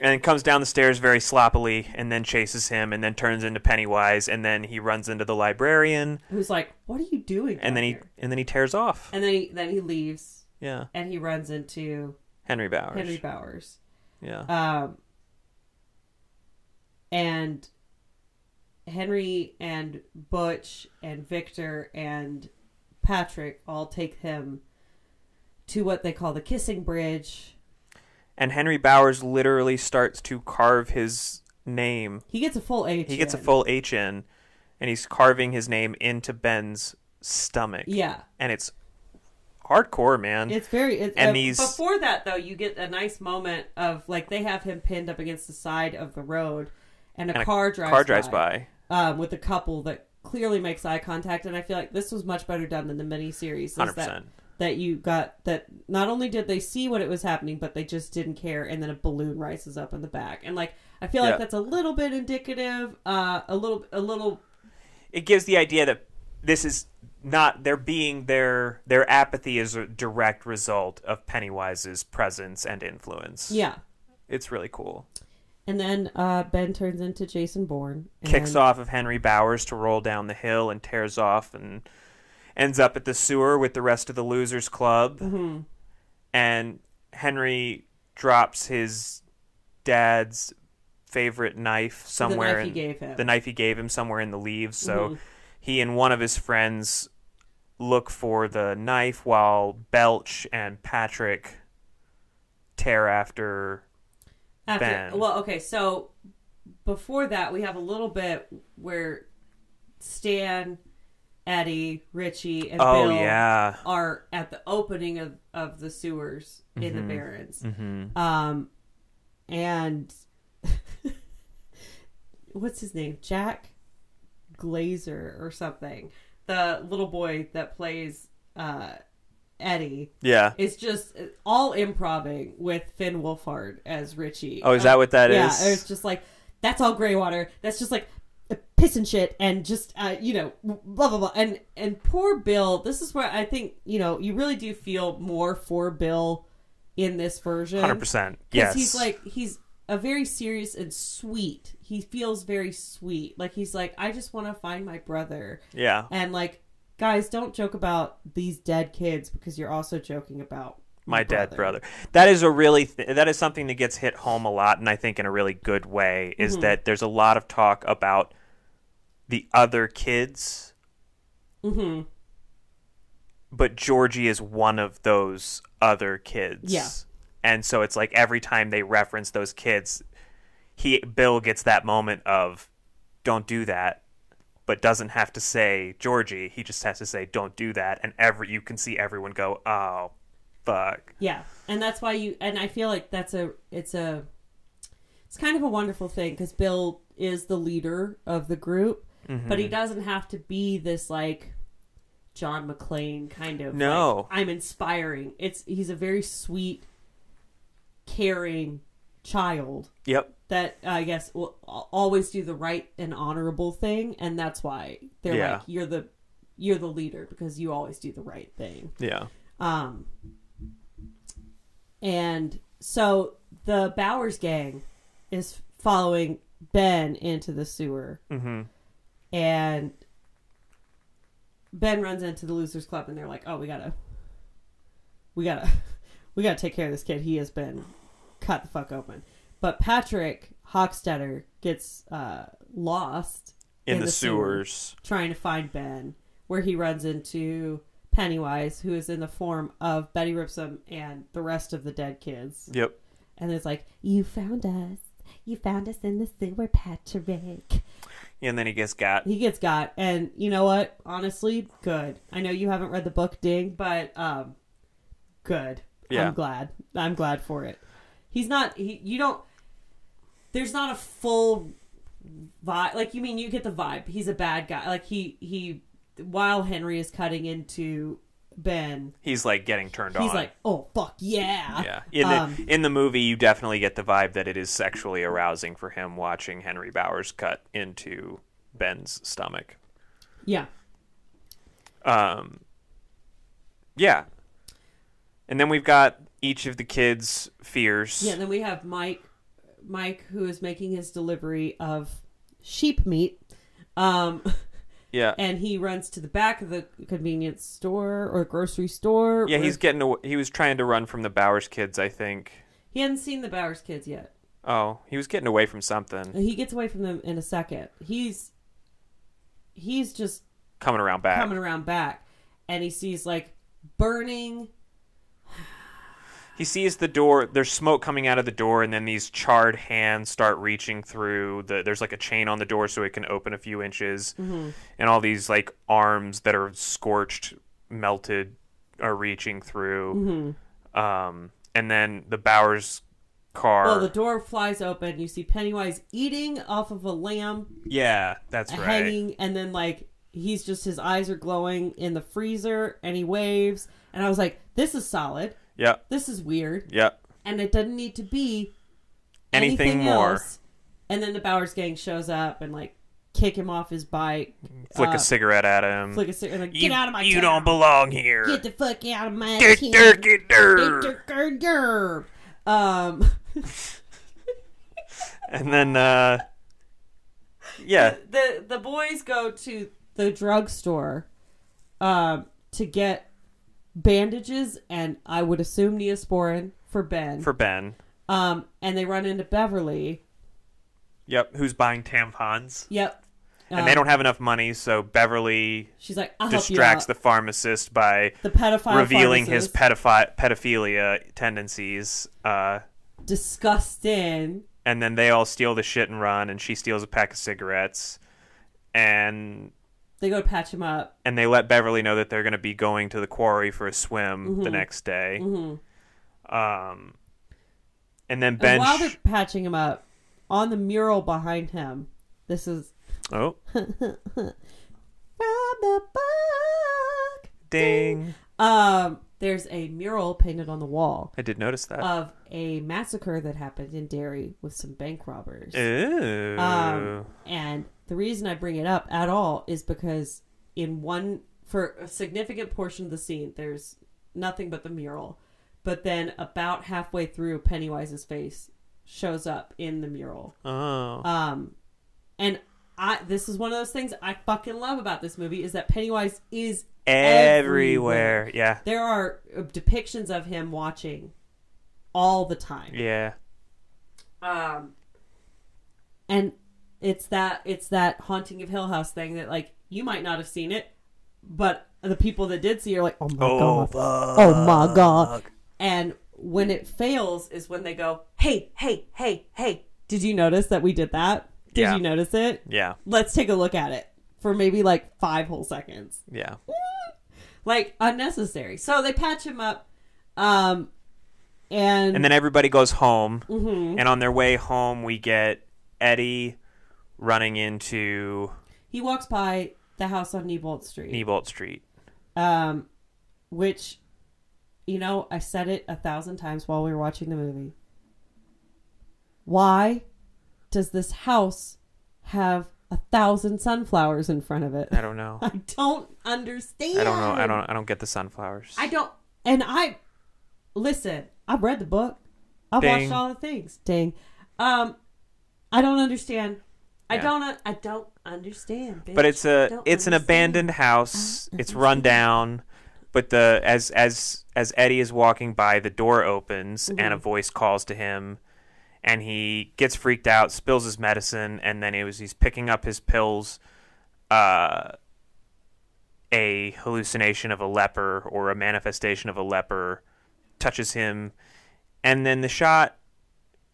B: and comes down the stairs very sloppily, and then chases him, and then turns into Pennywise, and then he runs into the librarian,
A: who's like, what are you doing? down
B: and then he
A: here?"
B: and then he tears off.
A: and then he then he leaves
B: Yeah,
A: and he runs into
B: Henry Bowers.
A: Henry Bowers.
B: Yeah,
A: Um, and Henry and Butch and Victor and Patrick all take him to what they call the kissing bridge.
B: and Henry Bowers literally starts to carve his name.
A: He gets a full H.
B: He gets a
A: in.
B: full H in, and he's carving his name into Ben's stomach.
A: Yeah,
B: and it's hardcore, man.
A: it's very. It's,
B: And
A: uh,
B: these-
A: before that though, you get a nice moment of like they have him pinned up against the side of the road, and a
B: And a
A: car drives
B: Car drives by.
A: um, with a couple that clearly makes eye contact, and I feel like this was much better done than the miniseries. is
B: Hundred
A: that-
B: percent.
A: that you got that not only did they see what it was happening but they just didn't care and then a balloon rises up in the back and like i feel
B: Yeah.
A: like that's a little bit indicative uh a little a little
B: It gives the idea that this is not their being their their apathy is a direct result of Pennywise's presence and influence.
A: yeah
B: It's really cool.
A: and then uh ben turns into jason bourne and
B: Kicks off of Henry Bowers to roll down the hill and tears off and ends up at the sewer with the rest of the losers club.
A: Mm-hmm.
B: And Henry drops his dad's favorite knife
A: the knife
B: somewhere
A: he
B: in
A: gave him
B: the knife he gave him somewhere in the leaves. So
A: Mm-hmm.
B: he and one of his friends look for the knife while Belch and Patrick tear after.
A: After,
B: Ben.
A: Well, okay, so before that, we have a little bit where Stan, Eddie, Richie, and
B: Oh
A: Bill
B: yeah,
A: are at the opening of, of the sewers in
B: Mm-hmm.
A: the Barrens.
B: hmm
A: Um, and what's his name? Jack Glazer or something. The little boy that plays uh, Eddie
B: yeah.
A: is just all improvising with Finn Wolfhard as Richie.
B: Oh, is that what that
A: yeah,
B: is?
A: it's just like that's all Greywater. That's just like piss and shit and just uh, you know blah blah blah and and poor Bill. This is where I think you know you really do feel more for Bill in this version.
B: Hundred percent.
A: 'Cause
B: Yes.
A: he's like he's a very serious and sweet. He feels very sweet. Like he's like I just want to find my brother
B: yeah,
A: and like guys don't joke about these dead kids because you're also joking about
B: my
A: your
B: dead brother. That is a really th- that is something that gets hit home a lot, and I think in a really good way
A: Mm-hmm.
B: is that there's a lot of talk about the other kids
A: Mhm.
B: but Georgie is one of those other kids.
A: Yeah.
B: And so it's like every time they reference those kids, he Bill gets that moment of don't do that, but doesn't have to say Georgie. He just has to say don't do that and every you can see everyone go, "Oh, fuck."
A: Yeah, and that's why you and I feel like that's a it's a it's kind of a wonderful thing because Bill is the leader of the group,
B: Mhm.
A: but he doesn't have to be this like John McClane kind of
B: No.
A: like, I'm inspiring. It's he's a very sweet, caring child
B: Yep.
A: that uh, I guess will al- always do the right and honorable thing, and that's why they're
B: Yeah.
A: like you're the you're the leader because you always do the right thing.
B: Yeah.
A: Um, and so the Bowers gang is following Ben into the sewer,
B: Mm-hmm.
A: and Ben runs into the Losers Club, and they're like, "Oh, we gotta, we gotta, we gotta take care of this kid. He has been cut the fuck open." But Patrick Hockstetter gets uh, lost
B: In,
A: In
B: the,
A: the sewer.
B: sewers.
A: trying to find Ben, where he runs into Pennywise, who is in the form of Betty Ripsom and the rest of the dead kids.
B: Yep.
A: And it's like,
C: You found us. You found us in the sewer, Patrick.
B: And then he gets got.
A: he gets got. And you know what? Honestly, good. I know you haven't read the book, Ding, but um, good.
B: Yeah.
A: I'm glad. I'm glad for it. He's not, he, you don't, there's not a full vibe. Like, you mean you get the vibe. He's a bad guy. Like, he, he, while Henry is cutting into Ben,
B: He's like getting turned on.
A: He's like, oh fuck yeah.
B: yeah. In the,
A: um,
B: in the movie, you definitely get the vibe that it is sexually arousing for him watching Henry Bowers cut into Ben's stomach.
A: Yeah.
B: Um, yeah. And then we've got each of the kids' fears.
A: Yeah. Then we have Mike, Mike who is making his delivery of sheep meat, um,
B: Yeah.
A: and he runs to the back of the convenience store or grocery store.
B: Yeah,
A: or-
B: he's getting. Away. He was trying to run from the Bowers kids, I think.
A: he hadn't seen the Bowers kids yet.
B: Oh, he was getting away from something.
A: He gets away from them in a second. He's he's just
B: Coming around back.
A: coming around back, and he sees like burning.
B: He sees the door. There's smoke coming out of the door, and then these charred hands start reaching through. The, there's like a chain on the door so it can open a few inches,
A: Mm-hmm.
B: and all these like arms that are scorched, melted, are reaching through. Um, and then the Bowers car.
A: Mm-hmm. Well, the door flies open. You see Pennywise eating off of a lamb
B: yeah, that's right.
A: hanging and then like he's just his eyes are glowing in the freezer and he waves and i was like this is solid
B: Yep,
A: this is weird
B: yep.
A: and it doesn't need to be
B: Anything, more?
A: else. and then the bowers gang shows up and like kick him off his bike
B: Flick
A: uh,
B: a cigarette at him.
A: flick a cigarette like,
B: you,
A: get out of my
B: You
A: town.
B: don't belong here.
C: Get the fuck out of my
B: Get
C: tent.
B: der, get der.
A: Dur-dur-dur-dur. um
B: And then, uh, yeah,
A: the the boys go to the drugstore um to get bandages and i would assume neosporin for ben
B: for Ben.
A: Um, and they run into Beverly.
B: Yep, who's buying tampons?
A: Yep. Um,
B: and they don't have enough money, so Beverly
A: She's like, Uh, I'll
B: distracts the
A: help
B: pharmacist by
A: you out. the pedophile
B: revealing his
A: pharmacist.
B: pedophi- pedophilia tendencies. Uh,
A: disgusting.
B: and then they all steal the shit and run, and she steals a pack of cigarettes, and
A: They go to patch him up.
B: and they let Beverly know that they're going to be going to the quarry for a swim the
A: Mm-hmm.
B: next day. Um, and then
A: And
B: Ben.
A: while
B: sh-
A: they're patching him up, on the mural behind him, this is
B: oh,
A: from the book.
B: ding!
A: Um, there's a mural painted on the wall
B: I did notice that.
A: of a massacre that happened in Derry with some bank robbers.
B: Eh. Ooh.
A: Uh, Um, and the reason I bring it up at all is because in one for a significant portion of the scene, there's nothing but the mural. But then about halfway through, Pennywise's face shows up in the mural.
B: oh.
A: Um, and I this is one of those things I fucking love about this movie is that Pennywise is
B: everywhere. Yeah.
A: there are uh, depictions of him watching all the time.
B: Yeah.
A: um and it's that it's that haunting of hill house thing that like you might not have seen it but the people that did see are like oh my
B: Oh,
A: god oh my god and when it fails is when they go hey hey hey hey did you notice that we did that did
B: Yeah.
A: you notice it
B: Yeah.
A: let's take a look at it for maybe like five whole seconds
B: Yeah.
A: like unnecessary so they patch him up um and,
B: And then everybody goes home. And on their way home, we get Eddie running into
A: He walks by the house on Niebolt Street.
B: Nebolt Street.
A: um, which, you know, I said it a thousand times while we were watching the movie. Why does this house have a thousand sunflowers in front of it?
B: I don't know.
A: I don't understand.
B: I don't know. I don't. I don't get the sunflowers.
A: I don't. And I listen. I've read the book. I've
B: Ding.
A: watched all the things. Dang. Um, I don't understand. I
B: Yeah.
A: don't. I don't understand. Bitch.
B: but it's a
A: don't
B: it's an abandoned house. It's run down. But the as as as Eddie is walking by, the door opens and a voice calls to him, and he gets freaked out, spills his medicine, and then it was he's picking up his pills. Uh, a hallucination of a leper or a manifestation of a leper touches him, and then the shot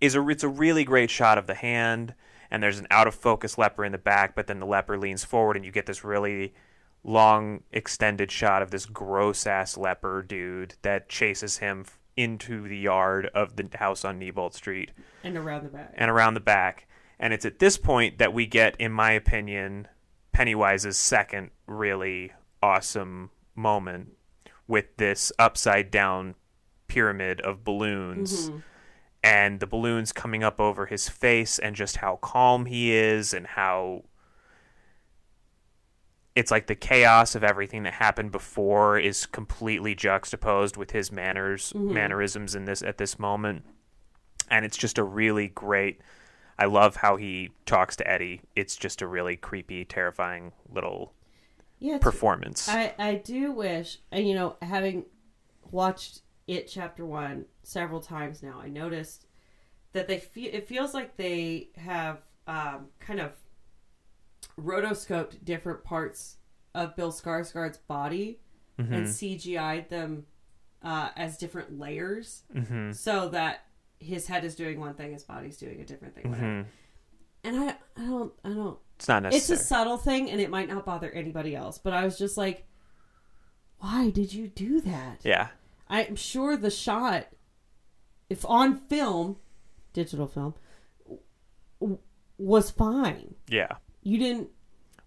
B: is a it's a really great shot of the hand and there's an out of focus leper in the back but then the leper leans forward and you get this really long extended shot of this gross ass leper dude that chases him f- into the yard of the house on Niebolt Street
A: and around the back.
B: and around the back and it's at this point that we get in my opinion Pennywise's second really awesome moment with this upside down pyramid of balloons and the balloons coming up over his face and just how calm he is and how it's like the chaos of everything that happened before is completely juxtaposed with his manners mannerisms in this at this moment and it's just a really great I love how he talks to Eddie. It's just a really creepy, terrifying little
A: Yeah, it's-
B: performance.
A: I, I do wish, and you know, having watched it chapter one several times now, I noticed that they feel it feels like they have um, kind of rotoscoped different parts of Bill Skarsgård's body and CGI'd them uh, as different layers,
B: Mhm.
A: so that his head is doing one thing, his body's doing a different thing, whatever.
B: Mhm.
A: And I, I don't, I don't
B: It's not
A: it's
B: necessary.
A: a subtle thing and it might not bother anybody else but i was just like why did you do that
B: yeah.
A: i'm sure the shot if on film digital film w- was fine
B: Yeah.
A: you didn't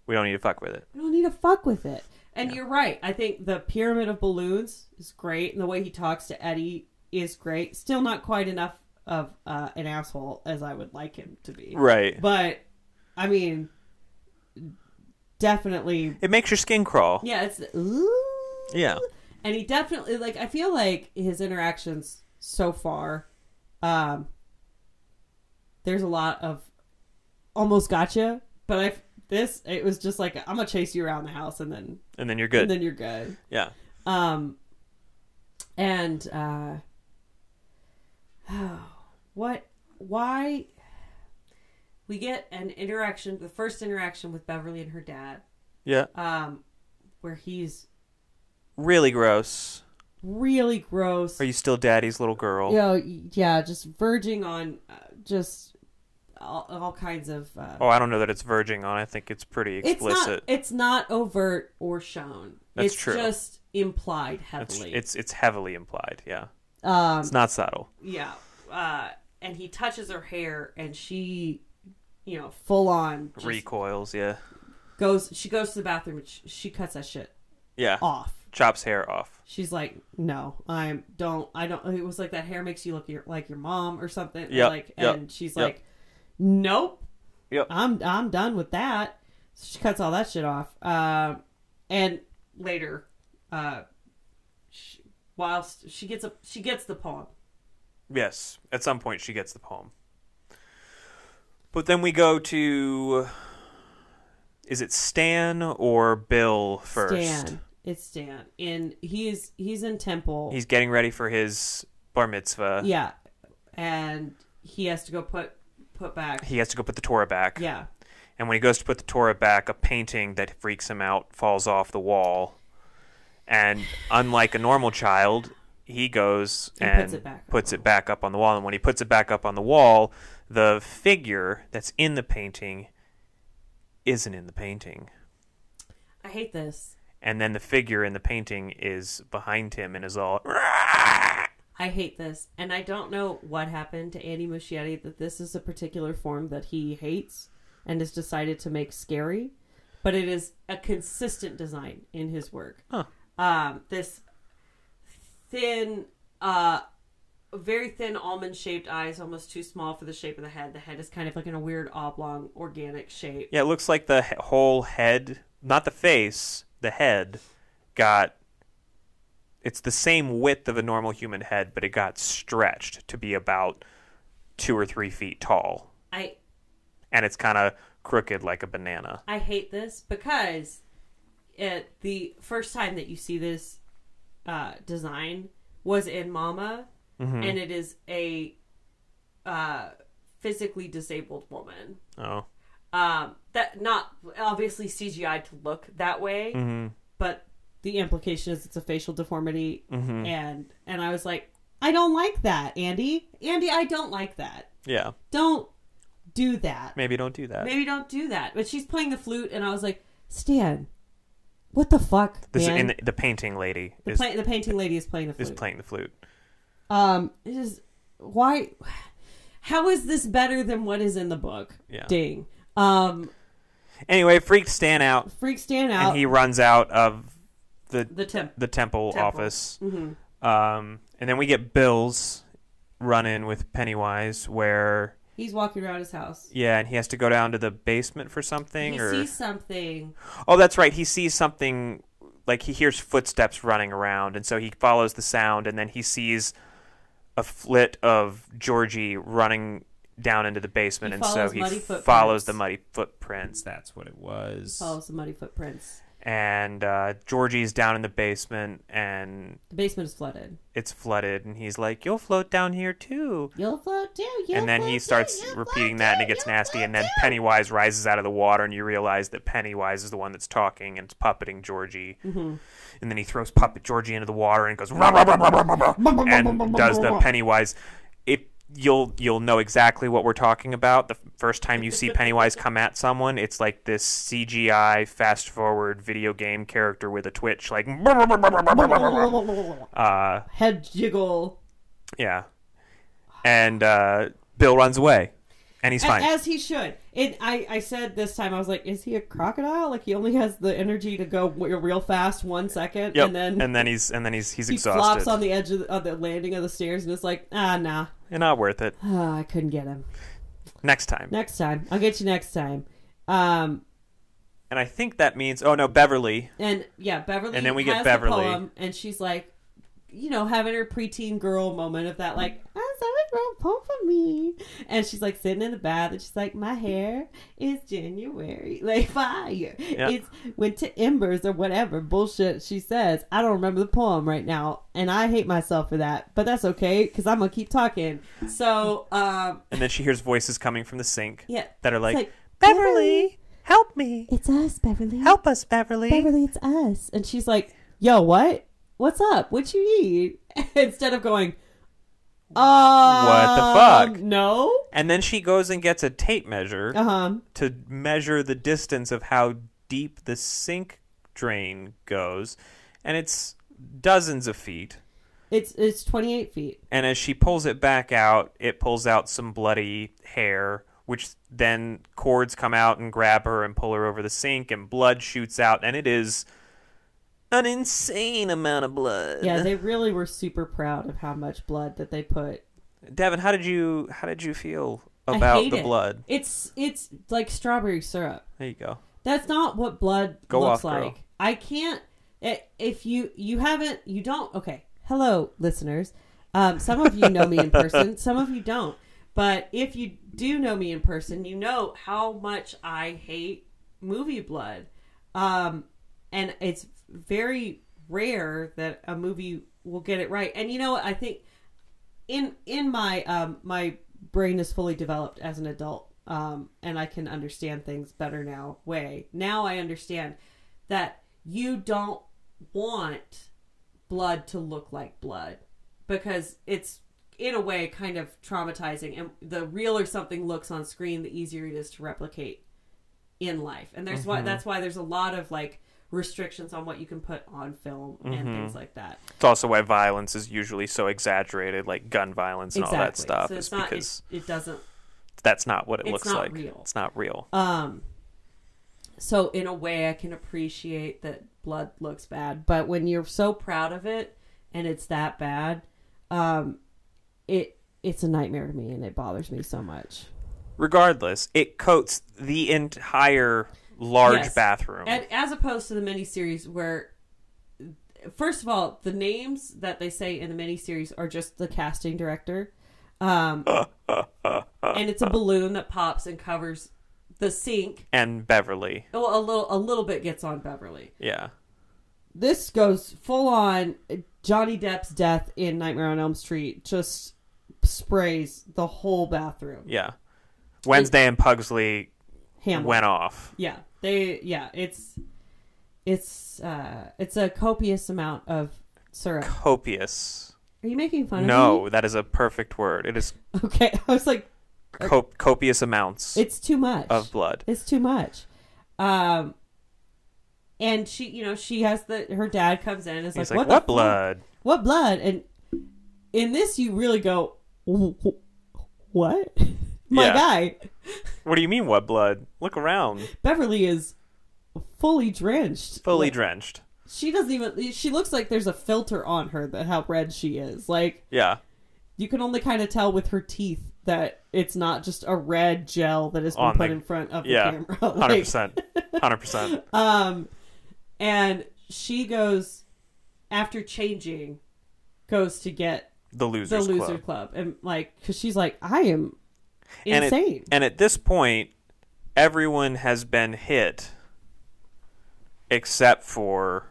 B: We don't need to fuck with it.
A: you don't need to fuck with it and you're right i think the pyramid of balloons is great and the way he talks to eddie is great still not quite enough of uh, an asshole as i would like him to be
B: Right.
A: but i mean definitely
B: It makes your skin crawl.
A: Yeah, it's ooh.
B: Yeah.
A: And he definitely like I feel like his interactions so far, um, there's a lot of almost gotcha, but I this it was just like I'm gonna chase you around the house and then
B: And then you're good.
A: and then you're good.
B: yeah.
A: Um, and uh, what? Why? We get an interaction, the first interaction with Beverly and her dad,
B: Yeah.
A: um, where he's
B: Really gross.
A: really gross.
B: Are you still daddy's little girl?
A: you know, yeah, just verging on uh, just all, all kinds of. Uh,
B: Oh, I don't know that it's verging on. I think it's pretty
A: it's not.
B: explicit.
A: It's not overt or shown.
B: That's
A: it's
B: true.
A: just implied
B: it's,
A: heavily.
B: it's it's heavily implied. Yeah.
A: um,
B: It's not subtle.
A: yeah, uh, and he touches her hair, and she, you know, full on just
B: Recoils. Yeah.
A: goes. She goes to the bathroom. And she, she cuts that shit
B: Yeah.
A: off.
B: Chops hair off.
A: She's like, no, I'm don't, I don't. It was like that hair makes you look your, like your mom or something.
B: Yep,
A: Like,
B: yep,
A: and she's
B: yep.
A: like, nope.
B: Yep.
A: I'm I'm done with that. So she cuts all that shit off. Um, and later, uh, she, whilst she gets a she gets the poem.
B: Yes. At some point, she gets the poem. But then we go to. Is it Stan or Bill first?
A: Stan, it's Stan, and he's he's in temple.
B: He's uh, getting ready for his bar mitzvah.
A: yeah, and he has to go put put back.
B: He has to go put the Torah back.
A: Yeah,
B: And when he goes to put the Torah back, a painting that freaks him out falls off the wall. And unlike a normal child, he goes
A: And
B: and,
A: puts it back up
B: puts
A: on
B: it back up on the wall. And when he puts it back up on the wall, the figure that's in the painting isn't in the painting.
A: I hate this.
B: And then the figure in the painting is behind him and is all.
A: I hate this, and I don't know what happened to Andy Muschietti that this is a particular form that he hates and has decided to make scary. but it is a consistent design in his work.
B: Huh.
A: Um, this thin, uh, very thin almond shaped eyes, almost too small for the shape of the head. The head is kind of like in a weird oblong organic shape.
B: Yeah, it looks like the he- whole head, not the face, the head got it's the same width of a normal human head, but it got stretched to be about 2 or 3 feet tall.
A: I
B: And it's kind of crooked like a banana.
A: I hate this because it the first time that you see this uh, design was in Mama, and it is a uh, physically disabled woman.
B: Oh.
A: Um, that not obviously CGI to look that way, but the implication is it's a facial deformity, and and I was like, I don't like that, Andy. Andy, I don't like that.
B: Yeah.
A: Don't do that
B: Maybe don't do that.
A: maybe don't do that. But she's playing the flute, and I was like, Stan, what the fuck,
B: This
A: man?
B: and the, the painting lady
A: the,
B: is
A: pla- the painting lady is playing the
B: is
A: flute.
B: playing the flute.
A: um, it is why? How is this better than what is in the book?
B: Yeah.
A: Ding. Um,
B: Anyway, freaked Stan out
A: freak Stan out
B: and he runs out of the
A: the temp.
B: the
A: Temple.
B: temple,
A: Mm-hmm.
B: office. Um, and then we get Bill's run in with Pennywise, where,
A: He's walking around his house.
B: yeah, and he has to go down to the basement for something.
A: He
B: or
A: sees something.
B: Oh, that's right. He sees something, like he hears footsteps running around. And so he follows the sound, and then he sees a flit of Georgie running down into the basement.
A: He
B: and so
A: follows
B: he
A: muddy
B: follows
A: footprints.
B: the muddy footprints.
D: That's what it was.
A: Follows the muddy footprints.
B: And uh, Georgie's down in the basement, and
A: The basement is flooded.
B: it's flooded. And he's like, You'll float down here too.
A: You'll float too. You'll
B: and then he starts repeating that and it gets nasty and then pennywise rises out of the water and you realize that pennywise is the one that's talking and it's puppeting georgie
A: Mm-hmm.
B: and then he throws puppet georgie into the water and goes "Rah, rah, rah, rah, rah, rah, rah," and does the pennywise if you'll you'll know exactly what we're talking about the f- first time you see pennywise come at someone it's like this cgi fast forward video game character with a twitch like "Rah, rah, rah, rah, rah, rah, rah, rah." uh
A: head jiggle.
B: yeah and uh bill runs away and he's
A: A-
B: fine
A: As he should. And I, I said this time, I was like, is he a crocodile? Like, he only has the energy to go w- real fast one second,
B: Yep.
A: and then
B: he's and then he's he's
A: he
B: exhausted.
A: flops on the edge of the, of the landing of the stairs and it's like, ah, nah.
B: and not worth it.
A: Ah, I couldn't get him.
B: Next time.
A: Next time. I'll get you next time. Um,
B: And I think that means oh no, Beverly.
A: and yeah, Beverly.
B: And then we get
A: has
B: Beverly.
A: The poem, and she's like, you know, having her preteen girl moment of that, like,
C: I'm sorry, bro. Pull for me.
A: and she's like sitting in the bath and she's like, my hair is January, like fire.
B: Yeah.
A: It's went to embers or whatever bullshit she says. I don't remember the poem right now, and I hate myself for that, but that's okay because I'm gonna keep talking. So, um,
B: And then she hears voices coming from the sink
A: yeah,
B: that are like,
A: like,
B: Beverly, help me.
C: It's us, Beverly.
B: Help us, Beverly.
C: Beverly, it's us.
A: and she's like, "Yo, what? What's up? What you need?" Instead of going, uh,
B: fuck?"
A: No,
B: And then she goes and gets a tape measure
A: uh huh.
B: to measure the distance of how deep the sink drain goes. And it's dozens of feet.
A: It's it's 28 feet.
B: And as she pulls it back out, it pulls out some bloody hair, which then cords come out and grab her and pull her over the sink, and blood shoots out. And it is an insane amount of blood.
A: Yeah, they really were super proud of how much blood that they put
B: Devin, how did you how did you feel
A: I
B: about
A: hate
B: the
A: it.
B: blood?
A: It's it's like strawberry syrup.
B: There you go.
A: That's not what blood
B: Go
A: looks
B: off, girl.
A: like. I can't. i- If you you haven't you don't okay. Hello, listeners. Um, some of you know me in person. Some of you don't. But if you do know me in person, you know how much I hate movie blood. Um, and it's very rare that a movie will get it right. And you know what? I think in in my um my brain is fully developed as an adult um and i can understand things better now way now i understand that you don't want blood to look like blood because it's in a way kind of traumatizing and the realer something looks on screen the easier it is to replicate in life and there's
B: Mm-hmm.
A: why that's why there's a lot of like restrictions on what you can put on film
B: Mm-hmm.
A: and things like that
B: It's also why violence is usually so exaggerated, like gun violence and all that stuff,
A: so
B: is
A: it's not
B: because
A: it, it doesn't
B: that's not what it
A: it's
B: looks
A: not
B: like.
A: real.
B: It's not real.
A: Um,
E: So in a way, I can appreciate that blood looks bad, but when you're so proud of it and it's that bad, um, it it's a nightmare to me, and it bothers me so much.
B: Regardless, it coats the entire large
E: Yes.
B: bathroom.
E: And as opposed to the miniseries, where first of all, the names that they say in the miniseries are just the casting director, um, and it's a balloon that pops and covers the sink.
B: and Beverly.
E: Oh, a little, a little bit gets on Beverly.
B: Yeah.
A: This goes full on Johnny Depp's death in Nightmare on Elm Street just sprays the whole bathroom.
B: Yeah. Wednesday and Pugsley
A: Hamlet.
B: went off.
A: Yeah. They yeah, it's it's uh it's a copious amount of syrup.
B: Copious.
A: Are you making fun of me?
B: No, that is a perfect word. It is
A: Okay. I was like
B: cop- copious amounts
A: it's too much.
B: of blood.
A: It's too much. Um and she, you know, she has the her dad comes in and is
B: He's
A: like,
B: like, "What,
A: the fuck?
B: blood?"
A: What blood? And in this you really go "Wh- wh- what? My
B: Yeah.
A: guy,
B: What do you mean, what blood? Look around,
A: Beverly is fully drenched.
B: fully drenched.
A: She doesn't even she looks like there's a filter on her that how red she is. Like
B: Yeah,
A: you can only kind of tell with her teeth that it's not just a red gel that has been
B: On
A: put
B: the-
A: in front of
B: yeah,
A: the camera.
B: hundred
A: Like,
B: percent, hundred percent.
A: um, and she goes after changing, goes to get
B: The
A: the
B: losers
A: loser
B: club.
A: club, and like because she's like, I am
B: And it-
A: insane.
B: And at this point, everyone has been hit, except for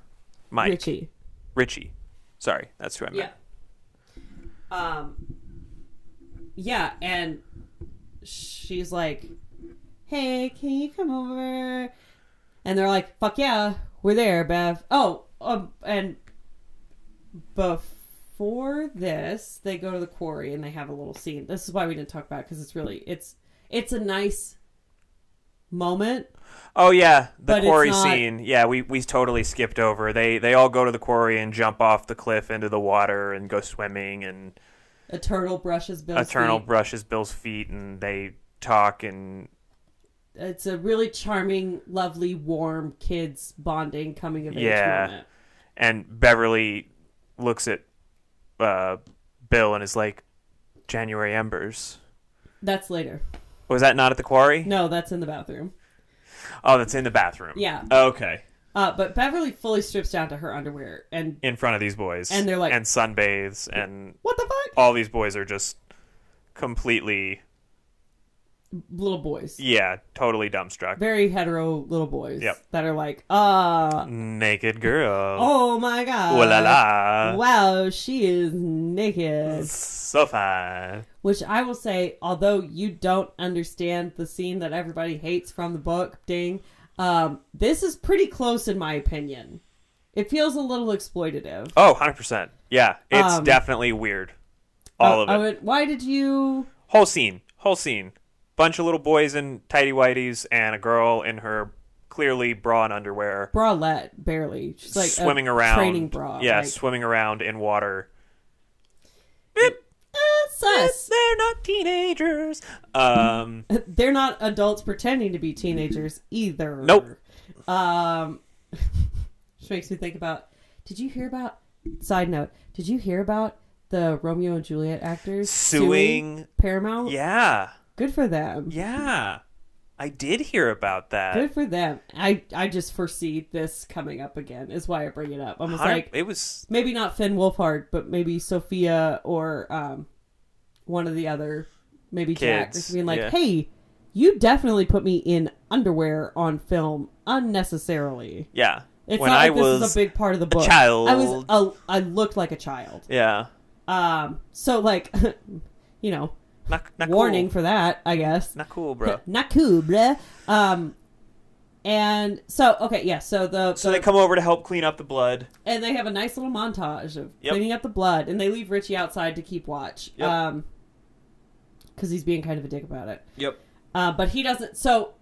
B: Mike Richie.
A: Richie,
B: Sorry, that's who I meant.
E: Yeah.
A: um, yeah, and she's like, Hey, can you come over? And they're like, fuck yeah, we're there, Bev. Oh, um, and before this, they go to the quarry and they have a little scene. This is why we didn't talk about it because it's really it's it's a nice moment.
B: Oh yeah, the
A: But it's
B: quarry
A: not-
B: scene. Yeah, we, we totally skipped over. They they all go to the quarry and jump off the cliff into the water and go swimming and
A: A turtle brushes Bill's
B: a turtle
A: feet.
B: brushes Bill's feet and they talk and
A: It's a really charming, lovely, warm kids bonding coming of age
B: Yeah.
A: moment.
B: and Beverly looks at uh, Bill and is like, "January embers."
A: That's later.
B: Was that not at the quarry?
A: No, that's in the bathroom.
B: Oh, that's in the bathroom.
A: Yeah.
B: Okay.
A: Uh, but Beverly fully strips down to her underwear, and
B: In front of these boys,
A: And they're like-
B: and sunbathes, and
A: what the fuck?
B: all these boys are just completely,
A: Little boys,
B: yeah, totally dumbstruck.
A: very hetero little boys
B: Yep.
A: that are like, uh,
B: Naked girl.
A: oh my god,
B: la la.
A: wow, she is naked.
B: So fine.
A: Which I will say, although you don't understand the scene that everybody hates from the book, ding, um, this is pretty close in my opinion. It feels a little exploitative.
B: Oh, 100%. Yeah, it's
A: Um,
B: definitely weird. All
A: Uh,
B: of it.
A: I went, Why did you?
B: whole scene, whole scene. Bunch of little boys in tidy whities and a girl in her clearly bra and underwear
A: bralette barely she's like a
B: swimming around.
A: training bra
B: Yeah,
A: like,
B: swimming around in water.
A: "Eh, sus."
B: They're not teenagers. Um,
A: they're not adults pretending to be teenagers either
B: Nope.
A: um which makes me think about did you hear about side note did you hear about the romeo and juliet actors
B: suing.
A: paramount
B: Yeah,
A: good for them
B: yeah. I did hear about that.
A: good for them i i just foresee this coming up again is why i bring it up i was
B: Hundred-
A: like
B: it was
A: maybe not Finn Wolfhard, but maybe Sophia or um, one of the other, maybe Jack,
B: Kids,
A: just being like,
B: yeah.
A: "Hey, you definitely put me in underwear on film unnecessarily."
B: yeah.
A: It's
B: when
A: not
B: I
A: like
B: was
A: this is a big part of the book.
B: child.
A: I was a, I looked like a child.
B: yeah.
A: Um, so like, you know,
B: Not, not
A: warning
B: Cool.
A: for that, I guess.
B: Not cool, bro.
A: Not cool, bruh. Um, and so okay, yeah. So the
B: so
A: the-
B: they come over to help clean up the blood.
A: and they have a nice little montage of
B: Yep.
A: cleaning up the blood, and they leave Richie outside to keep watch,
B: Yep.
A: um, because he's being kind of a dick about it.
B: Yep.
A: Uh, but he doesn't. So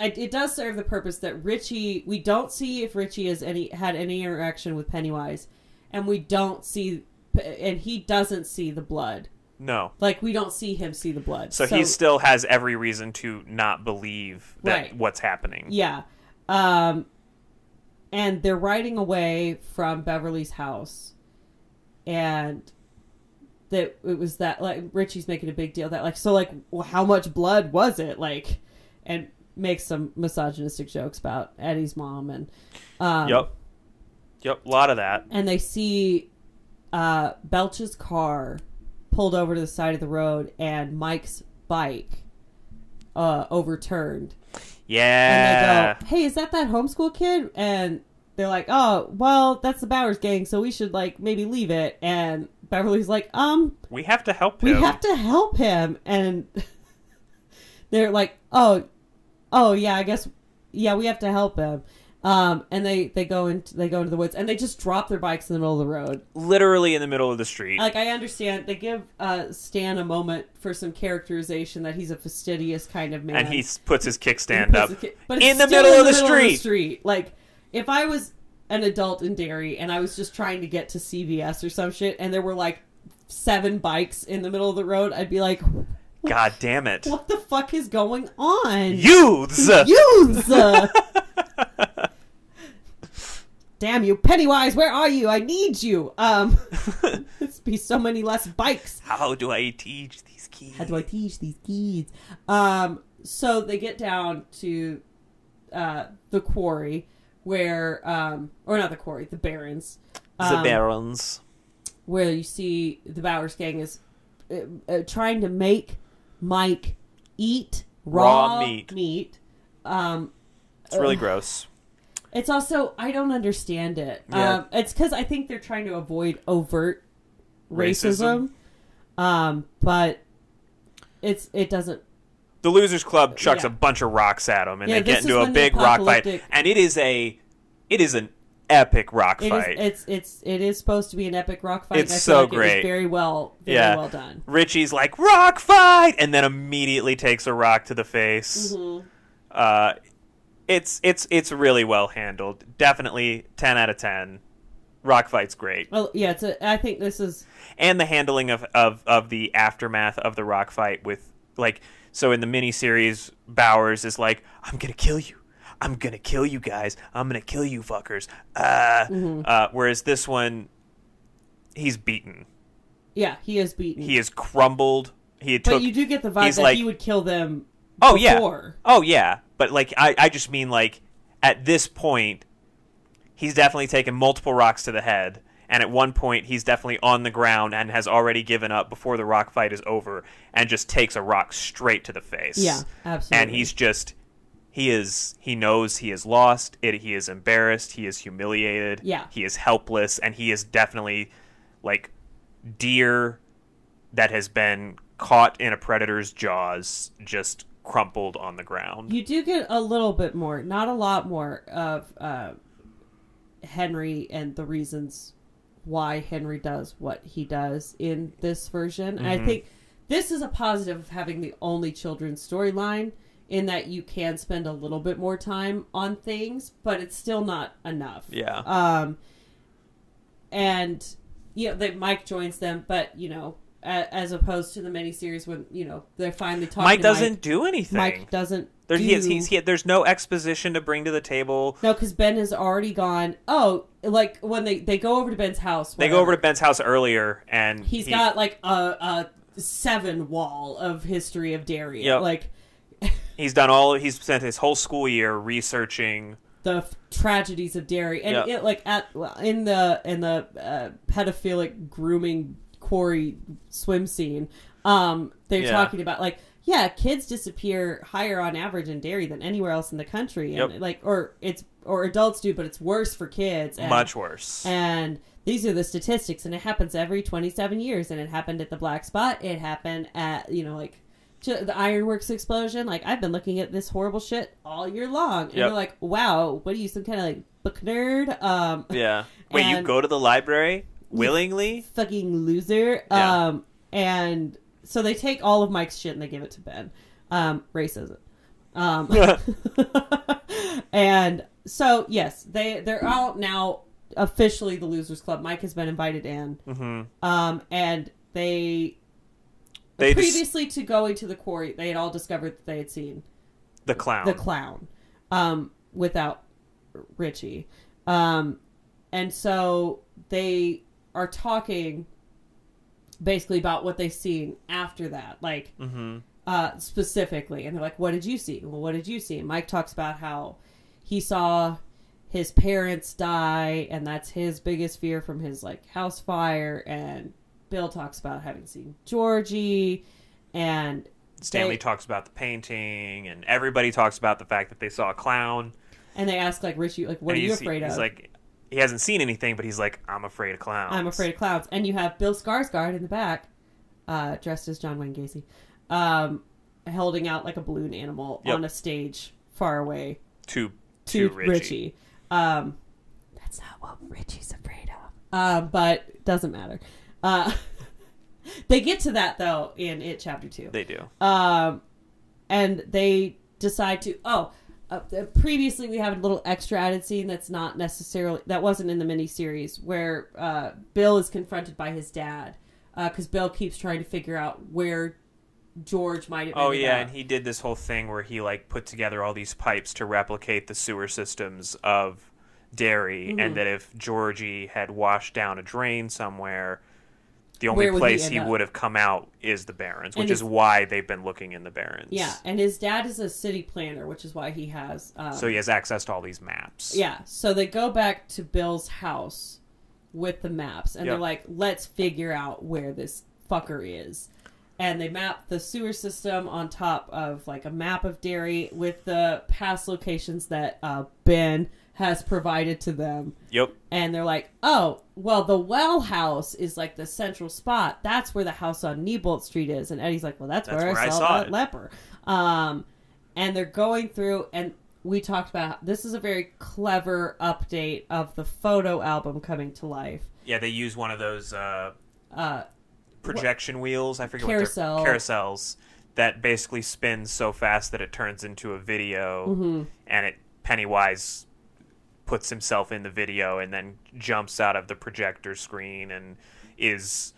A: it, it does serve the purpose that Richie. We don't see if Richie has any had any interaction with Pennywise, and we don't see, and he doesn't see the blood.
B: No.
A: Like we don't see him see the blood.
B: So, he still has every reason to not believe that
A: Right.
B: what's happening.
A: yeah. Um, and they're riding away from Beverly's house, and that it was that like Richie's making a big deal that like so like well, how much blood was it like, and makes some misogynistic jokes about Eddie's mom and um,
B: yep. Yep. A lot of that.
A: and they see uh, Belch's car pulled over to the side of the road and Mike's bike uh, overturned.
B: Yeah.
A: And
B: Uh,
A: they go, "Hey, is that that homeschool kid?" And they're like, "Oh, well, that's the Bowers gang, so we should like maybe leave it." And Beverly's like, "Um,
B: we have to help
A: we
B: him.
A: have to help him." And they're like, "Oh, oh yeah, I guess yeah, we have to help him." Um, and they they go into they go into the woods and they just drop their bikes in the middle of the road
B: Literally in the middle of the street.
A: like I understand they give uh, Stan a moment for some characterization that he's a fastidious kind of man,
B: and he s- puts his
A: He
B: kickstand
A: puts
B: up
A: his kid-
B: in the
A: still
B: middle of the
A: the
B: street.
A: street. Like if I was an adult in Derry and I was just trying to get to CVS or some shit, and there were like seven bikes in the middle of the road, I'd be like,
B: God damn it.
A: "What the fuck is going on,
B: Youths!
A: Youths! Damn you, Pennywise! Where are you? I need you. Um, there's be so many less bikes.
B: How do I teach these kids?
A: How do I teach these kids? Um, so they get down to uh, the quarry where, um, or not the quarry, the barrens, um,
B: the barons.
A: where you see the Bowers gang is uh, uh, trying to make Mike eat raw,
B: Raw meat.
A: Um,
B: It's really gross.
A: it's also I don't understand it.
B: Yeah.
A: Um, it's because I think they're trying to avoid overt
B: Racism.
A: racism, um, but it's it doesn't
B: The Losers Club chucks
A: Yeah.
B: a bunch of rocks at them, and
A: Yeah,
B: they get
A: this is
B: into a
A: when the
B: big rock fight.
A: apocalyptic-
B: And it is a, it is an epic rock
A: It is.
B: fight.
A: It's it's it is supposed to be an epic rock fight.
B: It's
A: and I feel
B: so
A: like it was
B: great.
A: very well, very
B: Yeah.
A: well done.
B: Richie's like rock fight, and then immediately takes a rock to the face.
A: Mm-hmm.
B: Uh, it's it's it's really well handled. Definitely ten out of ten. Rock fight's great,
A: Well, yeah. It's a, I think this is
B: and the handling of, of of the aftermath of the rock fight with like so in the miniseries, Bowers is like, "I'm gonna kill you." I'm gonna kill you guys. I'm gonna kill you fuckers. Uh,
A: Mm-hmm.
B: uh, whereas this one, he's beaten.
A: yeah. He is beaten,
B: He is crumbled. He
A: but
B: took
A: you do get the vibe
B: he's
A: that
B: like-
A: he would kill them.
B: Oh
A: before.
B: yeah. Oh yeah. But like I, I just mean like at this point he's definitely taken multiple rocks to the head and at one point he's definitely on the ground and has already given up before the rock fight is over and just takes a rock straight to the face.
A: Yeah, absolutely.
B: And he's just he is he knows he is lost, it, he is embarrassed, he is humiliated,
A: Yeah.
B: he is helpless and he is definitely like deer that has been caught in a predator's jaws just crumpled on the ground.
A: You do get a little bit more, not a lot more, of uh, Henry and the reasons why Henry does what he does in this version. And
B: Mm-hmm.
A: I think this is a positive of having the only children's storyline in that you can spend a little bit more time on things, but it's still not enough.
B: Yeah.
A: Um, and you know that Mike joins them, but you know, a, as opposed to the miniseries when you know they're finally talking.
B: Mike
A: to
B: doesn't do anything.
A: Mike doesn't.
B: there,
A: do...
B: he is, he's, he, there's no exposition to bring to the table.
A: No, because Ben has already gone. Oh, like when they they go over to Ben's house,
B: They go over to Ben's house earlier, and
A: He's
B: he-
A: got like a, a seven wall of history of Derry.
B: Yep.
A: Like
B: he's done all he's spent his whole school year researching.
A: the f- tragedies of Derry, and
B: Yep.
A: it like at well, in the in the uh, pedophilic grooming quarry swim scene. Um, they're
B: Yeah.
A: talking about like yeah, kids disappear higher on average in Derry than anywhere else in the country, and
B: Yep.
A: like or it's or adults do, but it's worse for kids. And,
B: Much worse.
A: and these are the statistics and it happens every 27 years and it happened at the black spot it happened at you know like to the ironworks explosion like i've been looking at this horrible shit all year long and
B: Yep.
A: you're like wow what are you some kind of like book nerd um
B: yeah. Wait, you
A: and-
B: go to the library willingly?
A: fucking loser
B: Yeah.
A: um and so they take all of mike's shit and they give it to ben um racism um and so yes they they're all now officially the losers club mike has been invited in
B: hmm
A: Um, and they,
B: They just-
A: previously to going to the quarry, they had all discovered that they had seen
B: The clown.
A: the clown. Um, without Richie. Um, and so they are talking basically about what they've seen after that. Like,
B: Mm-hmm.
A: uh, specifically. And they're like, what did you see? Well, what did you see? And Mike talks about how he saw his parents die, and that's his biggest fear from his like house fire. And Bill talks about having seen Georgie, and
B: Stanley
A: They-
B: talks about the painting, and everybody talks about the fact that they saw a clown.
A: and they ask like Richie, like, what
B: and
A: are you
B: he's-
A: afraid
B: He's
A: of?
B: like, he hasn't seen anything, but he's like, I'm afraid of clowns.
A: I'm afraid of clowns. And you have Bill Skarsgård in the back, uh, dressed as John Wayne Gacy, um, holding out like a balloon animal
B: Yep.
A: on a stage far away
B: Too,
A: to
B: too Richie.
A: Richie. Um,
E: That's not what Richie's afraid of.
A: Uh, but doesn't matter. Uh, they get to that though in it chapter two,
B: They do.
A: um, and they decide to. Oh, uh, uh, previously we have a little extra added scene that's not necessarily that wasn't in the miniseries where uh, Bill is confronted by his dad because Bill keeps trying to figure out where George might have.
B: Oh
A: ended
B: yeah,
A: up.
B: and he did this whole thing where he like put together all these pipes to replicate the sewer systems of Derry,
A: Mm-hmm.
B: and that if Georgie had washed down a drain somewhere, the only
A: Where would he
B: place
A: end
B: he
A: up?
B: would have come out is the Barrens,
A: And
B: which is
A: it's-
B: why they've been looking in the Barrens.
A: yeah, and his dad is a city planner, which is why he has. Um,
B: So he has access to all these maps.
A: Yeah. So they go back to Bill's house with the maps and
B: Yeah.
A: they're like, let's figure out where this fucker is. And they map the sewer system on top of like a map of Derry with the past locations that uh, Ben has provided to them
B: Yep.
A: and they're like, "Oh, well, the well house is like the central spot. That's where the house on Niebolt Street is." And Eddie's like, "Well, that's,
B: That's
A: where, I saw, that
B: it."
A: leper." Um, and they're going through, and we talked about how- this is a very clever update of the photo album coming to life.
B: Yeah, they use one of those uh,
A: Uh,
B: projection wheels. I forget
A: Carousel.
B: what they're carousels that basically spins so fast that it turns into a video,
A: Mm-hmm.
B: and it Pennywise puts himself in the video and then jumps out of the projector screen and is.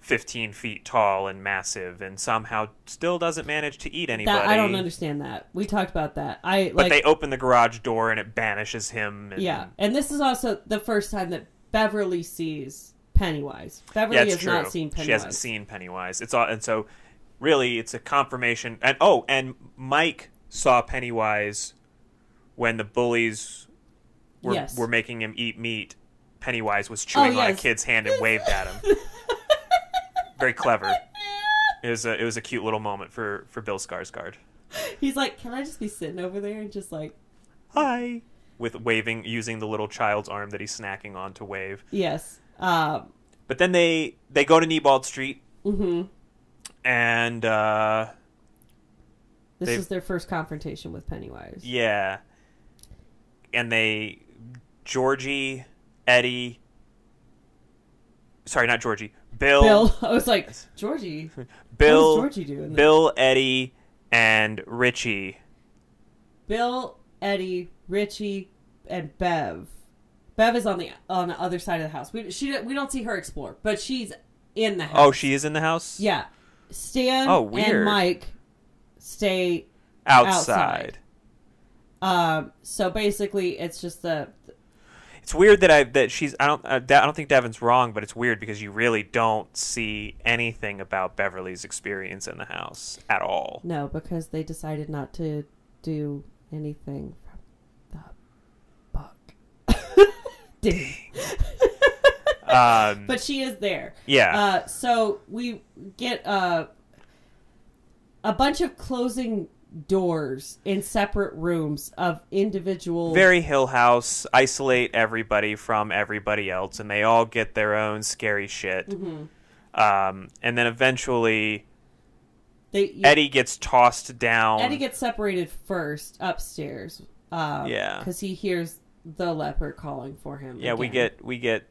B: 15 feet tall and massive and somehow still doesn't manage to eat anybody
A: that I don't understand that. We talked about that. I
B: but
A: like,
B: they open the garage door and it banishes him and
A: yeah. And this is also the first time that Beverly sees Pennywise. Beverly
B: yeah, it's
A: has
B: true.
A: not seen Pennywise.
B: She hasn't seen Pennywise. It's all, and so really, it's a confirmation. And oh, and Mike saw Pennywise when the bullies were
A: Yes. Oh,
B: were making him eat meat. Pennywise was chewing on a
A: yes.
B: kid's hand and waved at him. Very clever. It was a it was a cute little moment for for Bill Skarsgård.
A: He's like, "Can I just be sitting over there and just like
B: Hi. With waving, using the little child's arm that he's snacking on to wave.
A: Yes. Um,
B: But then they they go to Niebald Street,
A: Mm-hmm.
B: and uh,
A: this
B: They've-
A: is their first confrontation with Pennywise.
B: Yeah. And they Georgie, Eddie Sorry, not Georgie. Bill Bill
A: Bill, I was like, Georgie,
B: Bill,
A: what does Georgie do in this?
B: Eddie and Richie.
A: Bill, Eddie, Richie, and Bev. Bev is on the on the other side of the house. We she we don't see her explore, but she's in the house.
B: Oh, she is in the house?
A: yeah. Stan
B: Oh, weird.
A: and Mike stay.
B: Outside.
A: Outside. Um, so basically, it's just the
B: It's weird that I that she's I don't uh, Da- I don't think Devin's wrong, but it's weird because you really don't see anything about Beverly's experience in the house at all.
A: no because they decided not to do anything from the book. Dang.
B: Um,
A: but she is there.
B: yeah.
A: Uh, so we get uh, a bunch of closing doors in separate rooms of individual.
B: very Hill House, isolate everybody from everybody else, and they all get their own scary shit.
A: Mm-hmm.
B: Um, and then eventually,
A: they, you-
B: Eddie gets tossed down.
A: Eddie gets separated first upstairs. Um,
B: Yeah.
A: because he hears the leper calling for him.
B: yeah, we
A: again.
B: get we get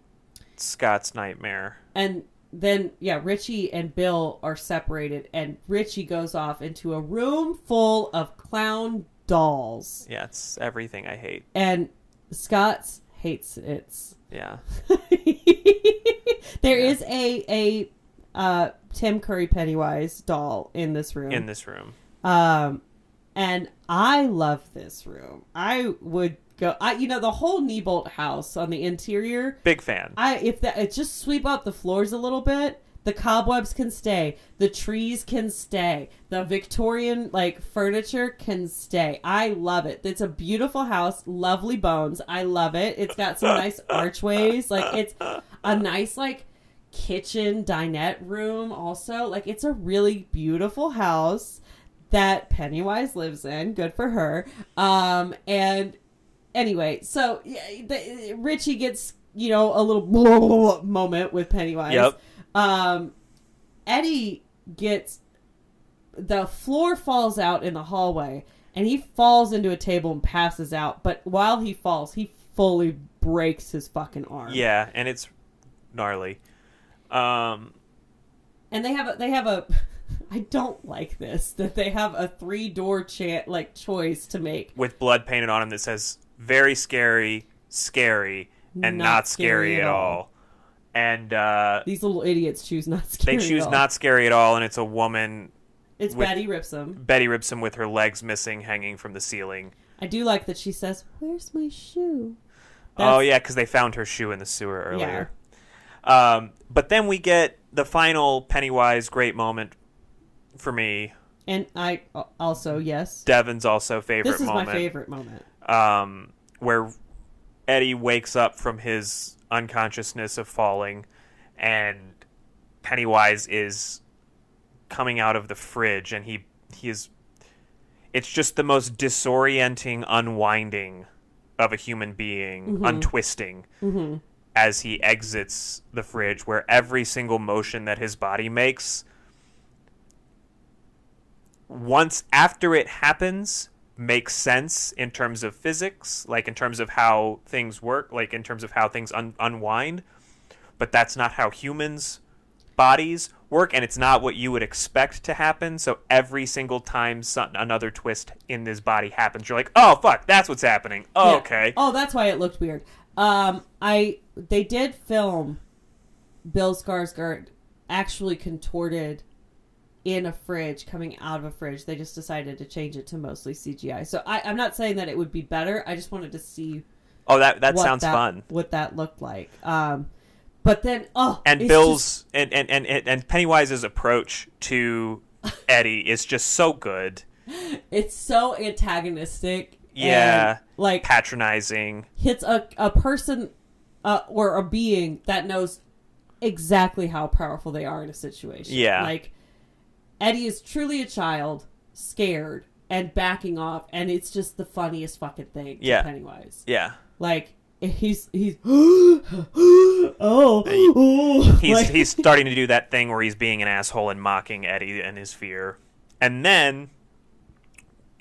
B: Scott's nightmare.
A: and then yeah, Richie and Bill are separated, and Richie goes off into a room full of clown dolls,
B: Yeah, it's everything I hate.
A: and Scott's hates it.
B: Yeah,
A: There is a a uh, Tim Curry Pennywise doll in this room.
B: in this room,
A: um, And I love this room. I would go. I you know the whole Niebolt house on the interior.
B: Big fan.
A: I if that it just sweep up the floors a little bit. The cobwebs can stay. The trees can stay. The Victorian like furniture can stay. I love it. It's a beautiful house. Lovely bones. I love it. It's got some nice archways. Like it's a nice like kitchen dinette room also. Like it's a really beautiful house that Pennywise lives in. Good for her. Um and anyway, so yeah, the, Richie gets you know a little moment with Pennywise.
B: Yep.
A: Um, Eddie gets the floor falls out in the hallway, and he falls into a table and passes out. But while he falls, he fully breaks his fucking arm.
B: Yeah, and it's gnarly. Um,
A: and they have a, they have a I don't like this that they have a three door cha- like choice to make.
B: with blood painted on him that says "very scary, scary, and
A: Not
B: not, scary,
A: scary at
B: at all." And uh,
A: These little idiots choose not scary.
B: they choose
A: at all.
B: not scary at all, and it's a woman,
A: It's
B: with-
A: Betty Ripsom.
B: Betty Ripson, with her legs missing, hanging from the ceiling.
A: I do like that she says, "Where's my shoe?"
B: oh
A: That's-
B: yeah, because they found her shoe in the sewer earlier.
A: Yeah.
B: Um, but then we get the final Pennywise great moment for me.
A: And I uh, also yes,
B: Devin's also favorite
A: this is
B: moment.
A: my favorite moment.
B: um, where Eddie wakes up from his unconsciousness of falling, and Pennywise is coming out of the fridge, and he he is. It's just the most disorienting unwinding of a human being, untwisting, as he exits the fridge, where every single motion that his body makes once after it happens makes sense in terms of physics like in terms of how things work like in terms of how things un- unwind but that's not how humans bodies work and it's not what you would expect to happen so every single time some, another twist in this body happens you're like oh fuck that's what's happening oh,
A: Yeah.
B: okay
A: Oh, that's why it looked weird. Um, I they did film Bill Skarsgård actually contorted in a fridge, coming out of a fridge. They just decided to change it to mostly CGI. So I, I'm not saying that it would be better. I just wanted to see
B: oh that that
A: what
B: sounds fun
A: what that looked like. Um, but then oh,
B: and
A: it's just-
B: bill's and and, and and and pennywise's approach to eddie is just so good
A: it's so antagonistic. and,
B: Yeah.
A: like
B: patronizing
A: hits a, a person uh, or a being that knows exactly how powerful they are in a situation.
B: Yeah.
A: Like, Eddie is truly a child, scared, and backing off, and it's just the funniest fucking thing to
B: Yeah.
A: Pennywise.
B: yeah
A: Like, he's, he's, oh, oh.
B: he's
A: like-
B: he's starting to do that thing where he's being an asshole and mocking Eddie and his fear. And then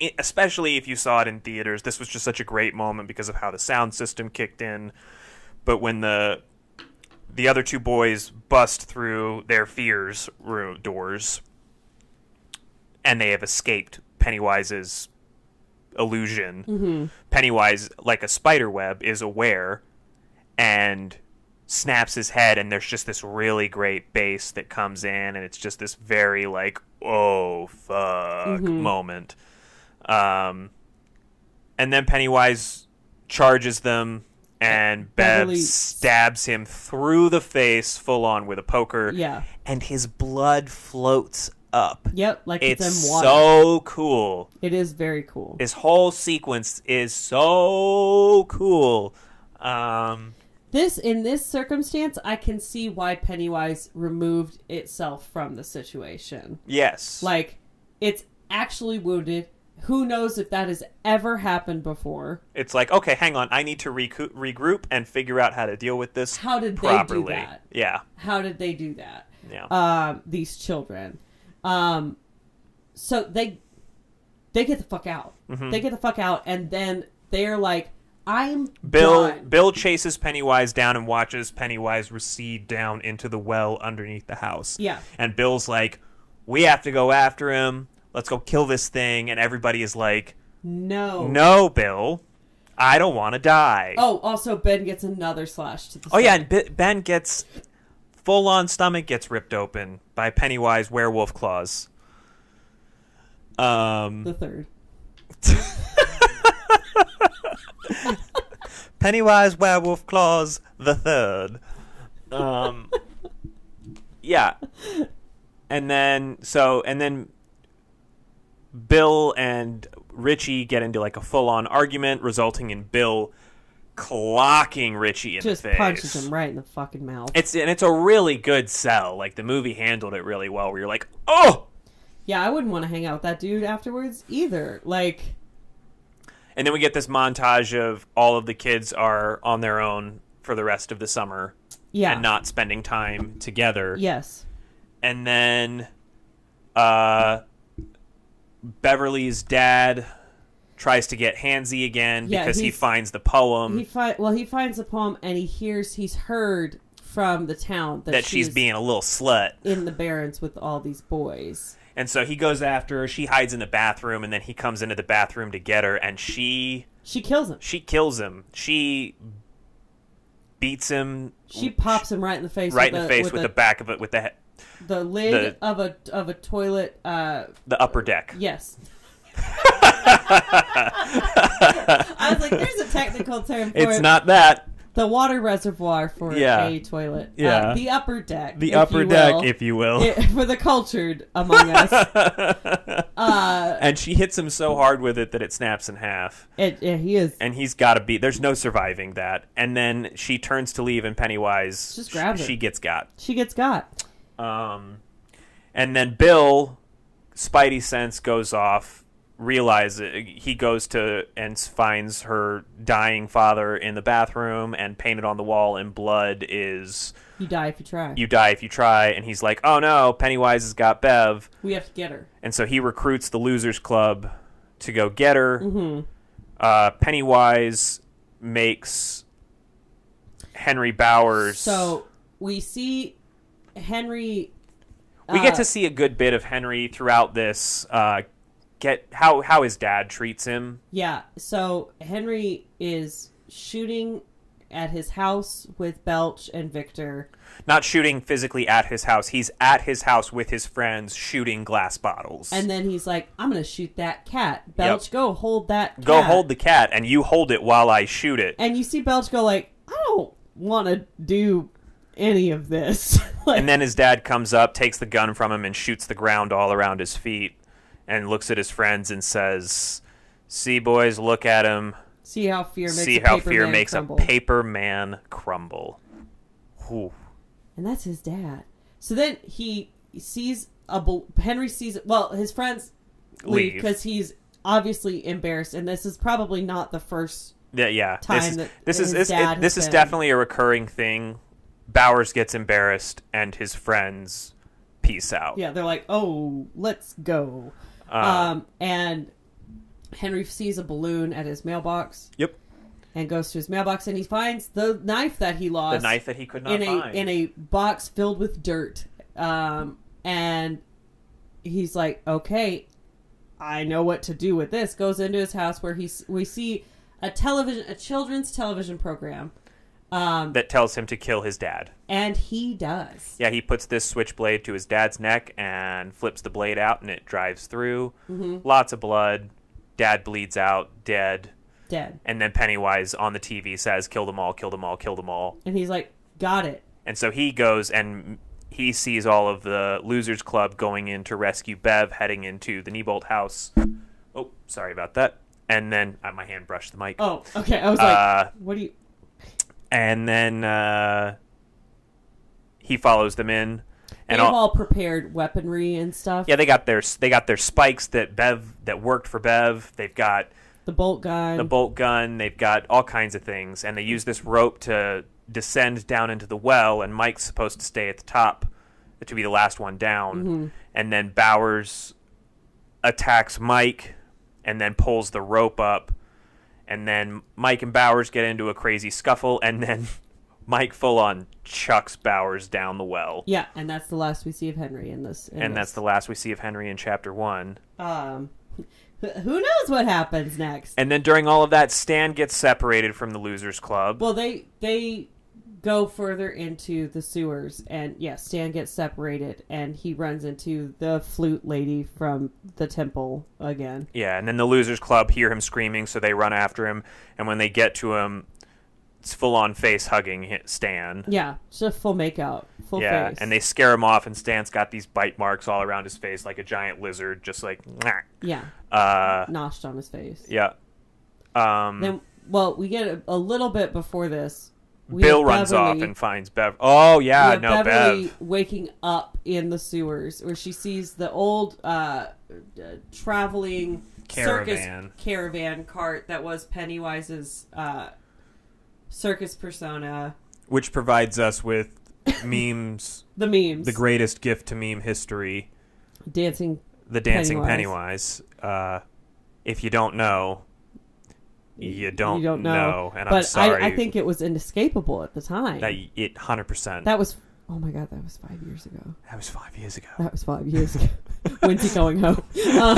B: i- especially if you saw it in theaters, this was just such a great moment because of how the sound system kicked in. But when the the other two boys bust through their fears ro- doors and they have escaped Pennywise's illusion. Pennywise, like a spider web, is aware and snaps his head and there's just this really great bass that comes in and it's just this very like oh fuck
A: Mm-hmm.
B: moment um and then pennywise charges them and Bev
A: Beverly-
B: stabs him through the face full on with a poker
A: Yeah.
B: and his blood floats up
A: Yep, like it's,
B: it's
A: in water.
B: so cool
A: it is very cool.
B: this whole sequence is so cool um
A: This in this circumstance, I can see why Pennywise removed itself from the situation.
B: yes
A: Like, it's actually wounded. Who knows if that has ever happened before?
B: it's like okay hang on i need to recoup, regroup and figure out how to deal with this
A: How did
B: properly
A: they do that?
B: yeah
A: How did they do that?
B: yeah
A: Um, these children. Um, so they they get the fuck out.
B: Mm-hmm.
A: They get the fuck out, and then they're like, "I'm
B: bill
A: done.
B: bill chases pennywise down and watches pennywise recede down into the well underneath the house
A: Yeah.
B: and bill's like we have to go after him let's go kill this thing and everybody is like
A: No,
B: no bill i don't want to die
A: Oh, also Ben gets another slash to the.
B: Oh yeah,
A: stomach.
B: and B- Ben gets full on stomach gets ripped open by Pennywise werewolf claws. Um,
A: the third.
B: Pennywise Werewolf Claws the Third. Um, yeah, and then so and then Bill and Richie get into like a full-on argument, resulting in Bill clocking Richie in
A: Just
B: the face.
A: punches him right in the fucking mouth.
B: It's and it's a really good sell. Like the movie handled it really well. Where you're like, oh,
A: Yeah, I wouldn't want to hang out with that dude afterwards either. Like,
B: and then we get this montage of all of the kids are on their own for the rest of the summer
A: yeah.
B: and not spending time together.
A: yes.
B: And then, uh, Beverly's dad tries to get handsy again
A: Yeah,
B: because he
A: he's-
B: finds the poem
A: He fi- well, he finds the poem and he hears he's heard from the town that,
B: that she's being a little slut.
A: in the barrens with all these boys.
B: And so he goes after her. She hides in the bathroom, and then he comes into the bathroom to get her, and she
A: She kills him.
B: she kills him. She beats him
A: She pops him right in the face.
B: right in
A: with
B: the
A: a-
B: face with, the, back of it with the he-
A: the, the lid of a of a toilet. Uh,
B: the upper deck.
A: yes. I was like, "There's a technical term for
B: It's
A: it."
B: not that
A: the water reservoir for
B: Yeah.
A: a toilet. Uh,
B: Yeah.
A: the upper deck.
B: the
A: if
B: upper
A: you
B: deck,
A: will.
B: if you will.
A: It- for the cultured among us. Uh,
B: and she hits him so hard with it that it snaps in half,
A: it, yeah, he is.
B: and he's got to be. There's no surviving that. And then she turns to leave, and Pennywise
A: Just
B: sh-
A: grabs her.
B: she gets got.
A: She gets got.
B: Um, and then Bill, Spidey sense goes off. Realize he goes to and finds her dying father in the bathroom, and painted on the wall in blood is
A: You die if you try.
B: "You die if you try." And he's like, "Oh no, Pennywise has got Bev,"
A: we have to get her.
B: and so he recruits the Losers Club to go get her.
A: hmm
B: Uh, Pennywise makes Henry Bowers.
A: So we see Henry.
B: we get
A: uh,
B: to see a good bit of Henry throughout this. Uh, get how how his dad treats him.
A: Yeah. So Henry is shooting at his house with Belch and Victor.
B: Not shooting physically at his house. He's at his house with his friends shooting glass bottles.
A: And then he's like, I'm going to shoot that cat. Belch, go hold that cat.
B: go hold the cat, and you hold it while I shoot it.
A: And you see Belch go, like, I don't want to do any of this. like,
B: And then his dad comes up, takes the gun from him, and shoots the ground all around his feet, and looks at his friends and says, "See, boys, look at him.
A: see how fear makes
B: See
A: a
B: how
A: paper
B: fear
A: man
B: makes
A: crumble.
B: a paper man crumble." Whew.
A: and that's his dad. So then he sees a bal- Henry sees well his friends leave
B: Leave.
A: because he's obviously embarrassed, and this is probably not the first.
B: Yeah, yeah.
A: time
B: this is
A: that
B: this
A: his
B: is this,
A: dad
B: it- this
A: has
B: is
A: been-
B: definitely a recurring thing. Bowers gets embarrassed, and his friends peace out.
A: Yeah, they're like, oh, let's go,
B: Um,
A: um, and Henry sees a balloon at his mailbox.
B: Yep.
A: And goes to his mailbox and he finds the knife that he
B: the
A: lost.
B: knife that he could not
A: in a
B: find.
A: in a box filled with dirt. Um, and he's like, "Okay, I know what to do with this." Goes into his house where he's we see a television a children's television program. Um,
B: that tells him to kill his dad.
A: and he does.
B: Yeah, he puts this switchblade to his dad's neck and flips the blade out, and it drives through.
A: Mm-hmm.
B: Lots of blood. Dad bleeds out, dead.
A: Dead.
B: And then Pennywise on the TV says, "Kill them all, kill them all, kill them all."
A: And he's like, "Got it."
B: And so he goes and he sees all of the losers club going in to rescue Bev, heading into the Niebolt house. Oh, sorry about that. And then uh, my hand brushed the mic.
A: Oh, okay. I was like,
B: Uh,
A: "What do you?"
B: And then uh, he follows them in.
A: They've
B: And all,
A: all, prepared weaponry and stuff.
B: yeah, they got their they got their spikes that Bev that worked for Bev. They've got
A: The bolt gun.
B: the bolt gun. They've got all kinds of things, and they use this rope to descend down into the well. And Mike's supposed to stay at the top to be the last one down. And then Bowers attacks Mike, and then pulls the rope up. And then Mike and Bowers get into a crazy scuffle, and then Mike full on chucks Bowers down the well.
A: yeah, and that's the last we see of Henry in this. In
B: And
A: this.
B: that's the last we see of Henry in chapter one.
A: um, who knows what happens next?
B: And then during all of that, Stan gets separated from the Losers Club.
A: Well, they they go further into the sewers, and yes, Stan gets separated, and he runs into the flute lady from the temple again.
B: Yeah, and then the losers club hear him screaming, so they run after him. And when they get to him, it's full on face hugging hi- Stan.
A: Yeah, it's a full makeout, full
B: yeah,
A: face.
B: and they scare him off, and Stan's got these bite marks all around his face, like a giant lizard, just like. "Nyah."
A: yeah
B: Uh,
A: noshed on his face.
B: yeah. Um,
A: Then, well, we get a, a little bit before this. we
B: Bill
A: have
B: runs off
A: Beverly-
B: and finds Bev. Oh
A: we
B: yeah,
A: have
B: no
A: Beverly
B: Bev.
A: waking up in the sewers, where she sees the old uh, uh, traveling
B: Caravan.
A: circus caravan cart that was Pennywise's uh, circus persona.
B: Which provides us with memes,
A: The memes,
B: the greatest gift to meme history,
A: dancing.
B: the dancing
A: Pennywise.
B: Pennywise. Uh, if you don't know, you don't,
A: you don't know,
B: and
A: but
B: I'm sorry.
A: I, I think it was inescapable at the time.
B: that y- it hundred percent. That
A: that was oh my god, that was five years ago.
B: was five years ago.
A: That was five years ago. When's he going home? Um,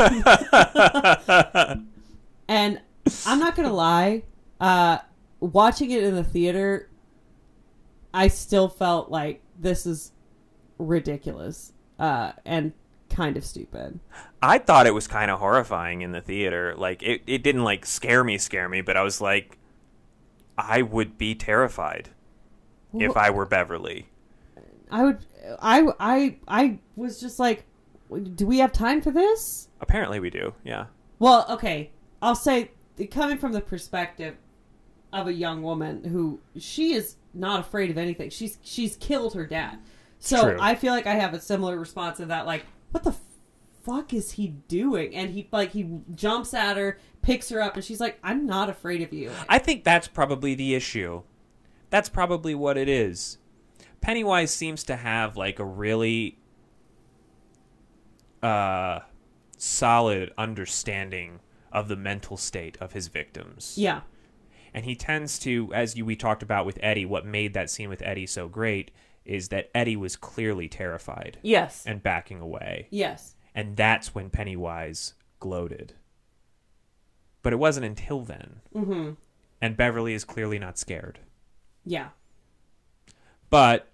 A: and I'm not gonna lie, uh, watching it in the theater, I still felt like this is ridiculous uh, and kind of stupid.
B: I thought it was kind of horrifying in the theater. Like it, it didn't like scare me, scare me, but I was like, I would be terrified if
A: Well-
B: I were Beverly.
A: I would, I, I, I was just like, do we have time for this?
B: Apparently, we do. Yeah.
A: Well, okay, I'll say coming from the perspective of a young woman who she is not afraid of anything. She's she's killed her dad, so
B: True.
A: I feel like I have a similar response of that. Like, what the fuck is he doing? And he like he jumps at her, picks her up, and she's like, "I'm not afraid of you."
B: I think that's probably the issue. That's probably what it is. Pennywise seems to have like a really uh solid understanding of the mental state of his victims.
A: yeah,
B: And he tends to as you we talked about with Eddie, what made that scene with Eddie so great is that Eddie was clearly terrified
A: yes,
B: and backing away.
A: yes,
B: And that's when Pennywise gloated. But it wasn't until then. Mm-hmm. And Beverly is clearly not scared.
A: yeah,
B: But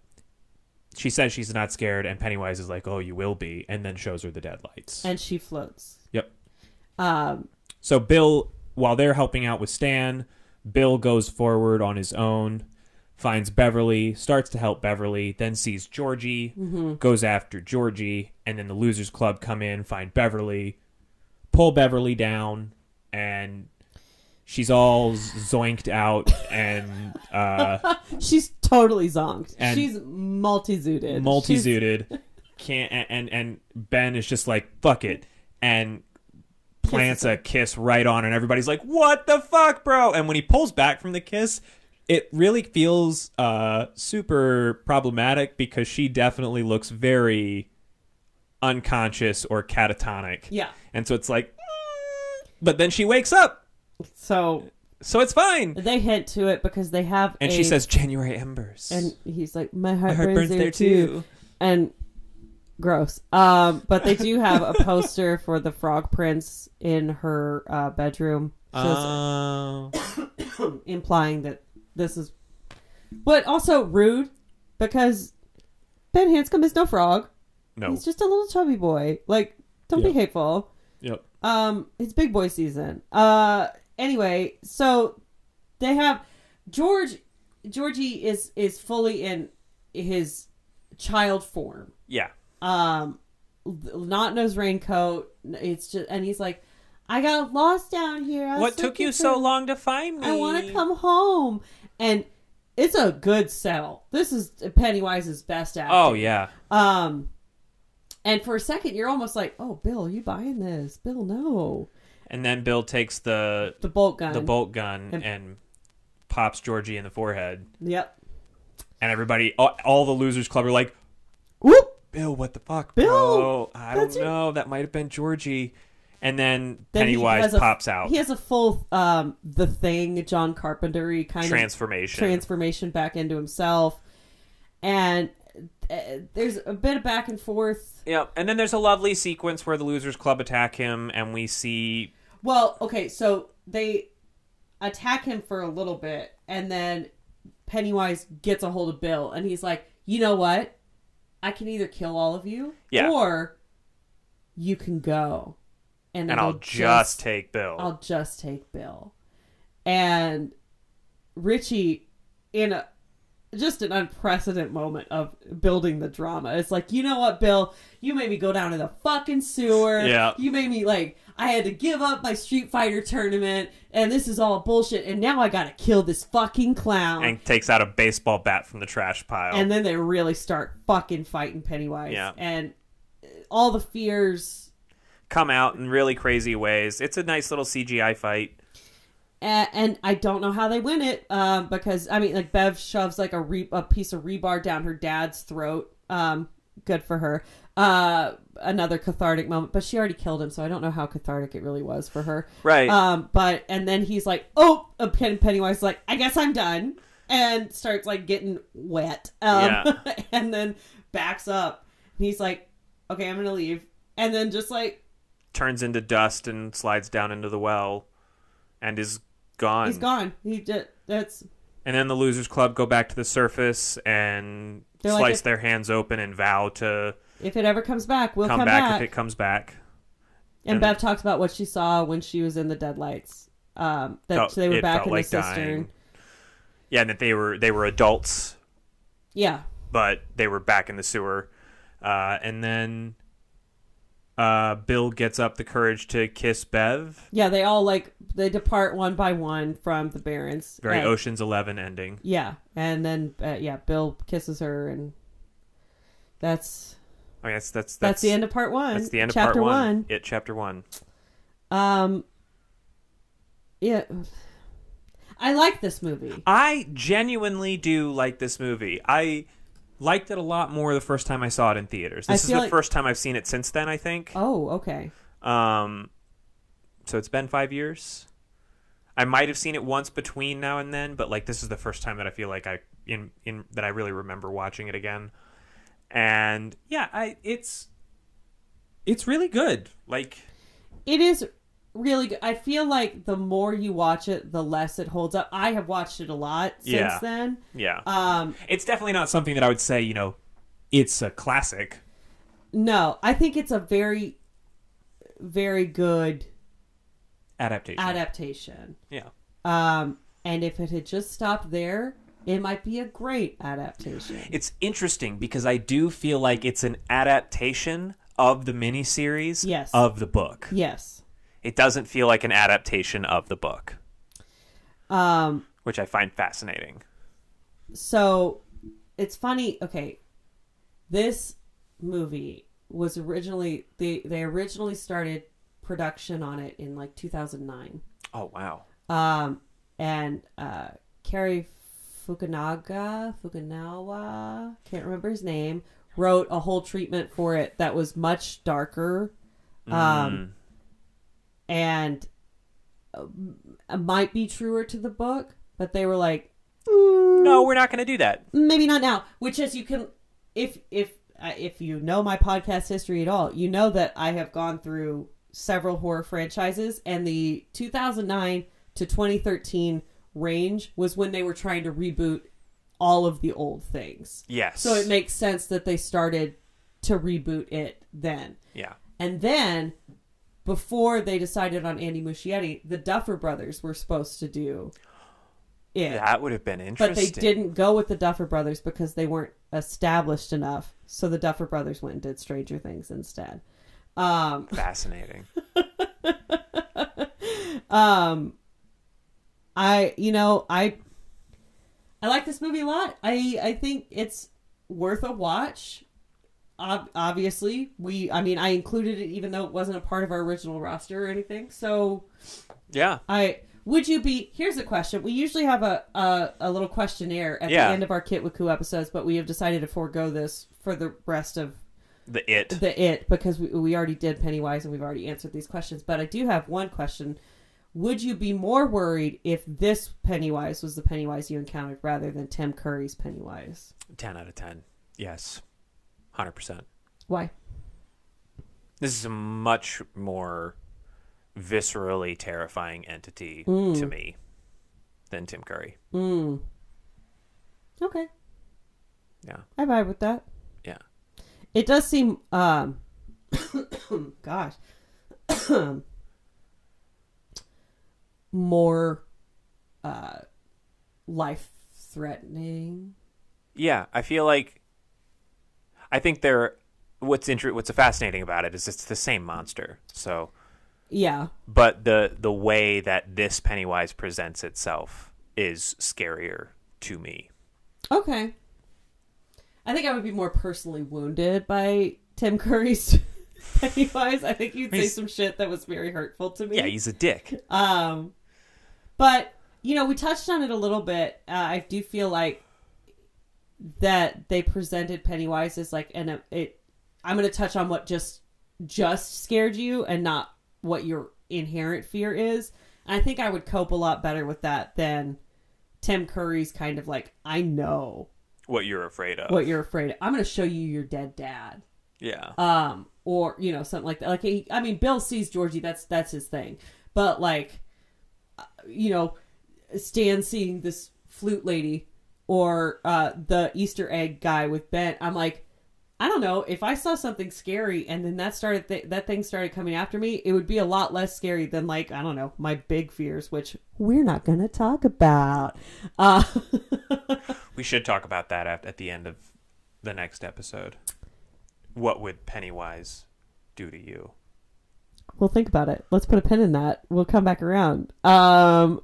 B: she says she's not scared, and Pennywise is like, oh, you will be, and then shows her the deadlights.
A: and she floats.
B: yep.
A: Um,
B: So Bill, while they're helping out with Stan, Bill goes forward on his own, finds Beverly, starts to help Beverly, then sees Georgie, goes after Georgie, and then the Losers Club come in, find Beverly, pull Beverly down, and she's all zoinked out and uh,
A: she's totally zonked.
B: And-
A: she's multi-zooted. She's-
B: multi-zooted. Can't and, and and Ben is just like fuck it and plants a kiss right on, and everybody's like, "What the fuck, bro?" And when he pulls back from the kiss, it really feels uh super problematic because she definitely looks very unconscious or catatonic.
A: Yeah.
B: and so it's like, "Mm," but then she wakes up,
A: So
B: so it's fine.
A: They hint to it because they have.
B: And
A: a,
B: she says, "January embers."
A: and he's like, my heart,
B: my heart
A: burns, there, too. and gross. Um, but they do have a poster for the Frog Prince in her uh, bedroom, so
B: Oh.
A: it's implying that this is, but also rude because Ben Hanscom is no frog.
B: no.
A: He's just a little chubby boy. Like, don't be
B: Yeah.
A: hateful.
B: Yep.
A: Um, it's big boy season. Uh, anyway, so they have George. Georgie is is fully in his child form.
B: Yeah.
A: Um, not nose raincoat. It's just, and he's like, I got lost down here. I was
B: What took
A: looking
B: you
A: for-
B: so long to find me?
A: I want to come home. And it's a good sell. This is Pennywise's best acting.
B: Oh yeah,
A: Um, and for a second, you're almost like, oh, Bill, are you buying this? Bill, no.
B: and then Bill takes the
A: The bolt gun.
B: the bolt gun
A: And-
B: and pops Georgie in the forehead,
A: Yep.
B: and everybody, all, all the losers club are like,
A: Whoop.
B: "Bill, what the fuck,
A: Bill,
B: bro? I don't
A: that's your-
B: know. That might have been Georgie." And then,
A: Then he
B: Pennywise
A: has a-
B: pops out,
A: He has a full um the thing John Carpentery kind of
B: transformation.
A: transformation back into himself, and uh, there's a bit of back and forth.
B: yeah, and then there's a lovely sequence where the losers club attack him, and we see
A: Well, okay, so they attack him for a little bit, and then Pennywise gets a hold of Bill and he's like, you know what? I can either kill all of you
B: Yeah.
A: or you can go.
B: and I'll just take Bill.
A: I'll just take Bill. And Richie, in a, just an unprecedented moment of building the drama, it's like, you know what, Bill? You made me go down to the fucking sewer.
B: Yeah.
A: You made me, like, I had to give up my Street Fighter tournament, and this is all bullshit, and now I gotta kill this fucking clown.
B: and takes out a baseball bat from the trash pile.
A: And then they really start fucking fighting Pennywise.
B: Yeah.
A: And uh, all the fears
B: come out in really crazy ways. It's a nice little CGI fight.
A: and, and I don't know how they win it um, because I mean, like Bev shoves like a re- a piece of rebar down her dad's throat. Um, good for her. Uh, another cathartic moment, but she already killed him, so I don't know how cathartic it really was for her.
B: Right.
A: Um, but and then he's like, "Oh," uh, Pen- Pennywise is like, "I guess I'm done," and starts like getting wet. Um, and then backs up. And he's like, "Okay, I'm gonna leave," and then just like
B: Turns into dust and slides down into the well and is gone.
A: he's gone. He just that's
B: And then the losers club go back to the surface and
A: They're like,
B: slice
A: if-
B: their hands open and vow to
A: if it ever comes back, we'll
B: come,
A: come,
B: back, if it comes back.
A: And,
B: And-
A: Bev talks about what she saw when she was in the deadlights. Um, that
B: Felt-
A: they were
B: it
A: back
B: felt
A: in
B: like
A: the cistern.
B: dying. Yeah, and that they were they were adults,
A: Yeah,
B: but they were back in the sewer. Uh, and then uh, Bill gets up the courage to kiss Bev.
A: yeah. They all like they depart one by one from the Barrens.
B: Very
A: And-
B: Ocean's Eleven ending.
A: Yeah, and then uh, yeah, Bill kisses her, and that's
B: I mean, that's that's
A: that's, the end of part one.
B: That's the end of
A: chapter
B: part one. It chapter one.
A: Um, yeah, I like this movie.
B: I genuinely do like this movie. I liked it a lot more the first time I saw it in theaters.
A: I
B: This is
A: feel
B: the
A: like-
B: first time I've seen it since then. I think.
A: Oh, okay.
B: Um, so it's been five years. I might have seen it once between now and then, but like this is the first time that I feel like I in in that I really remember watching it again. And yeah, I it's it's really good. Like
A: it is really good. I feel like the more you watch it, the less it holds up. I have watched it a lot since
B: Yeah.
A: then.
B: yeah,
A: Um,
B: it's definitely not something that I would say. You know, it's a classic.
A: no, I think it's a very, very good
B: adaptation.
A: adaptation.
B: yeah.
A: Um, and if it had just stopped there, it might be a great adaptation.
B: It's interesting because I do feel like it's an adaptation of the miniseries
A: Yes.
B: of the book.
A: Yes.
B: It doesn't feel like an adaptation of the book,
A: Um,
B: which I find fascinating.
A: so it's funny. Okay, this movie was originally they they originally started production on it in like 2009.
B: Oh wow.
A: Um, and uh, Kerry Fukunaga, Fukunawa, can't remember his name, wrote a whole treatment for it that was much darker. Um, and uh, might be truer to the book, but they were like,
B: Mm. No, we're not going to do that.
A: maybe not now which is you can if if uh, if you know my podcast history at all you know that i have gone through several horror franchises and the 2009 to 2013 range was when they were trying to reboot all of the old things
B: Yes.
A: so it makes sense that they started to reboot it then
B: yeah.
A: and then before they decided on andy muschietti the duffer brothers were supposed to do it
B: That would have been
A: but
B: interesting.
A: they didn't go with the Duffer Brothers because they weren't established enough. So the Duffer Brothers went and did Stranger Things instead. Um,
B: Fascinating.
A: um, I, you know, I, I like this movie a lot. I, I think it's worth a watch. Ob- obviously, we, I mean, I included it even though it wasn't a part of our original roster or anything. So
B: yeah.
A: I would you be here's a question. We usually have a a, a little questionnaire at
B: Yeah.
A: the end of our Kit Waku episodes, but we have decided to forego this for the rest of
B: The it.
A: the it because we, we already did Pennywise and we've already answered these questions. But I do have one question. Would you be more worried if this Pennywise was the Pennywise you encountered rather than Tim Curry's Pennywise?
B: 10 out of 10. Yes. 100%.
A: Why?
B: This is a much more viscerally
A: Hmm.
B: terrifying entity to me than Tim Curry.
A: Mm. Okay.
B: Yeah.
A: I vibe with that.
B: Yeah.
A: It does seem um gosh. more uh life threatening.
B: Yeah, I feel like I think they're what's inter- what's fascinating about it is it's the same monster. So,
A: Yeah.
B: but the the way that this Pennywise presents itself is scarier to me.
A: Okay. I think I would be more personally wounded by Tim Curry's Pennywise. I think he'd say
B: He's-
A: some shit that was very hurtful to me.
B: Yeah, he's a dick.
A: Um, but you know, we touched on it a little bit. Uh, I do feel like that they presented Pennywise as like, and it. I'm going to touch on what just just scared you, and not what your inherent fear is. And I think I would cope a lot better with that than Tim Curry's kind of like, I know
B: What you're afraid of?
A: what you're afraid of. I'm going to show you your dead dad
B: yeah,
A: um or you know something like that like he, i mean bill sees georgie that's that's his thing but like uh, you know stan seeing this flute lady or uh the easter egg guy with ben i'm like i don't know if i saw something scary and then that started th- that thing started coming after me it would be a lot less scary than like i don't know my big fears which we're not gonna talk about uh
B: we should talk about that at, at the end of the next episode. What would Pennywise do to you?
A: we'll think about it let's put a pin in that we'll come back around um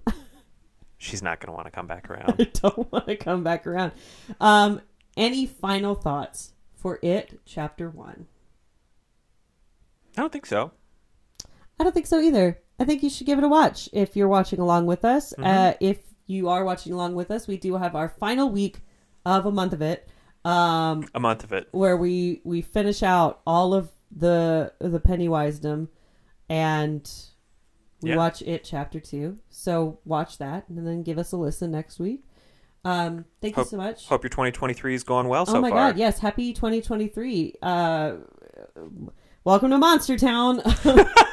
B: She's not going to want to come back
A: I
B: around.
A: don't want to come back around. Um, any final thoughts for it, chapter one?
B: I don't think so.
A: I don't think so either. I think you should give it a watch if you're watching along with us. Uh, if you are watching along with us, we do have our final week of a month of it, um,
B: A month of it.
A: where we we finish out all of the the Pennywisedom, and we
B: Yeah.
A: watch it chapter two. So watch that, and then give us a listen next week. Um, thank you so much.
B: Hope your 2023 is going well so
A: oh my
B: far.
A: god yes happy 2023 uh welcome to monster town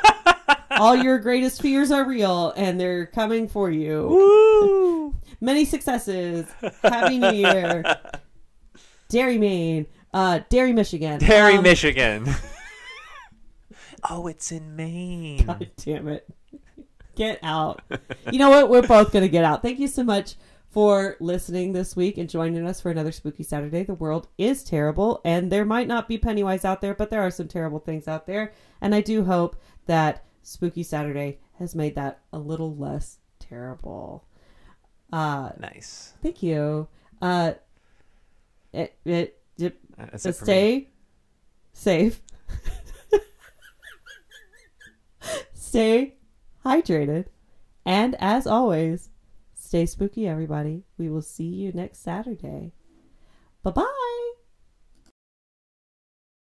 A: all your greatest fears are real and they're coming for you
B: Woo!
A: many successes happy new year dairy maine uh dairy michigan
B: Perry,
A: Um,
B: Michigan. oh, it's in Maine.
A: God damn it. Get out. You know what? We're both going to get out. Thank you so much for listening this week and joining us for another spooky Saturday. The world is terrible, and there might not be Pennywise out there, but there are some terrible things out there. And I do hope that Spooky Saturday has made that a little less terrible. Uh,
B: Nice.
A: thank you. Uh, it, it, it,
B: That's
A: so
B: it for me.
A: stay safe. stay hydrated. And as always, stay spooky, everybody. We will see you next Saturday. Bye bye.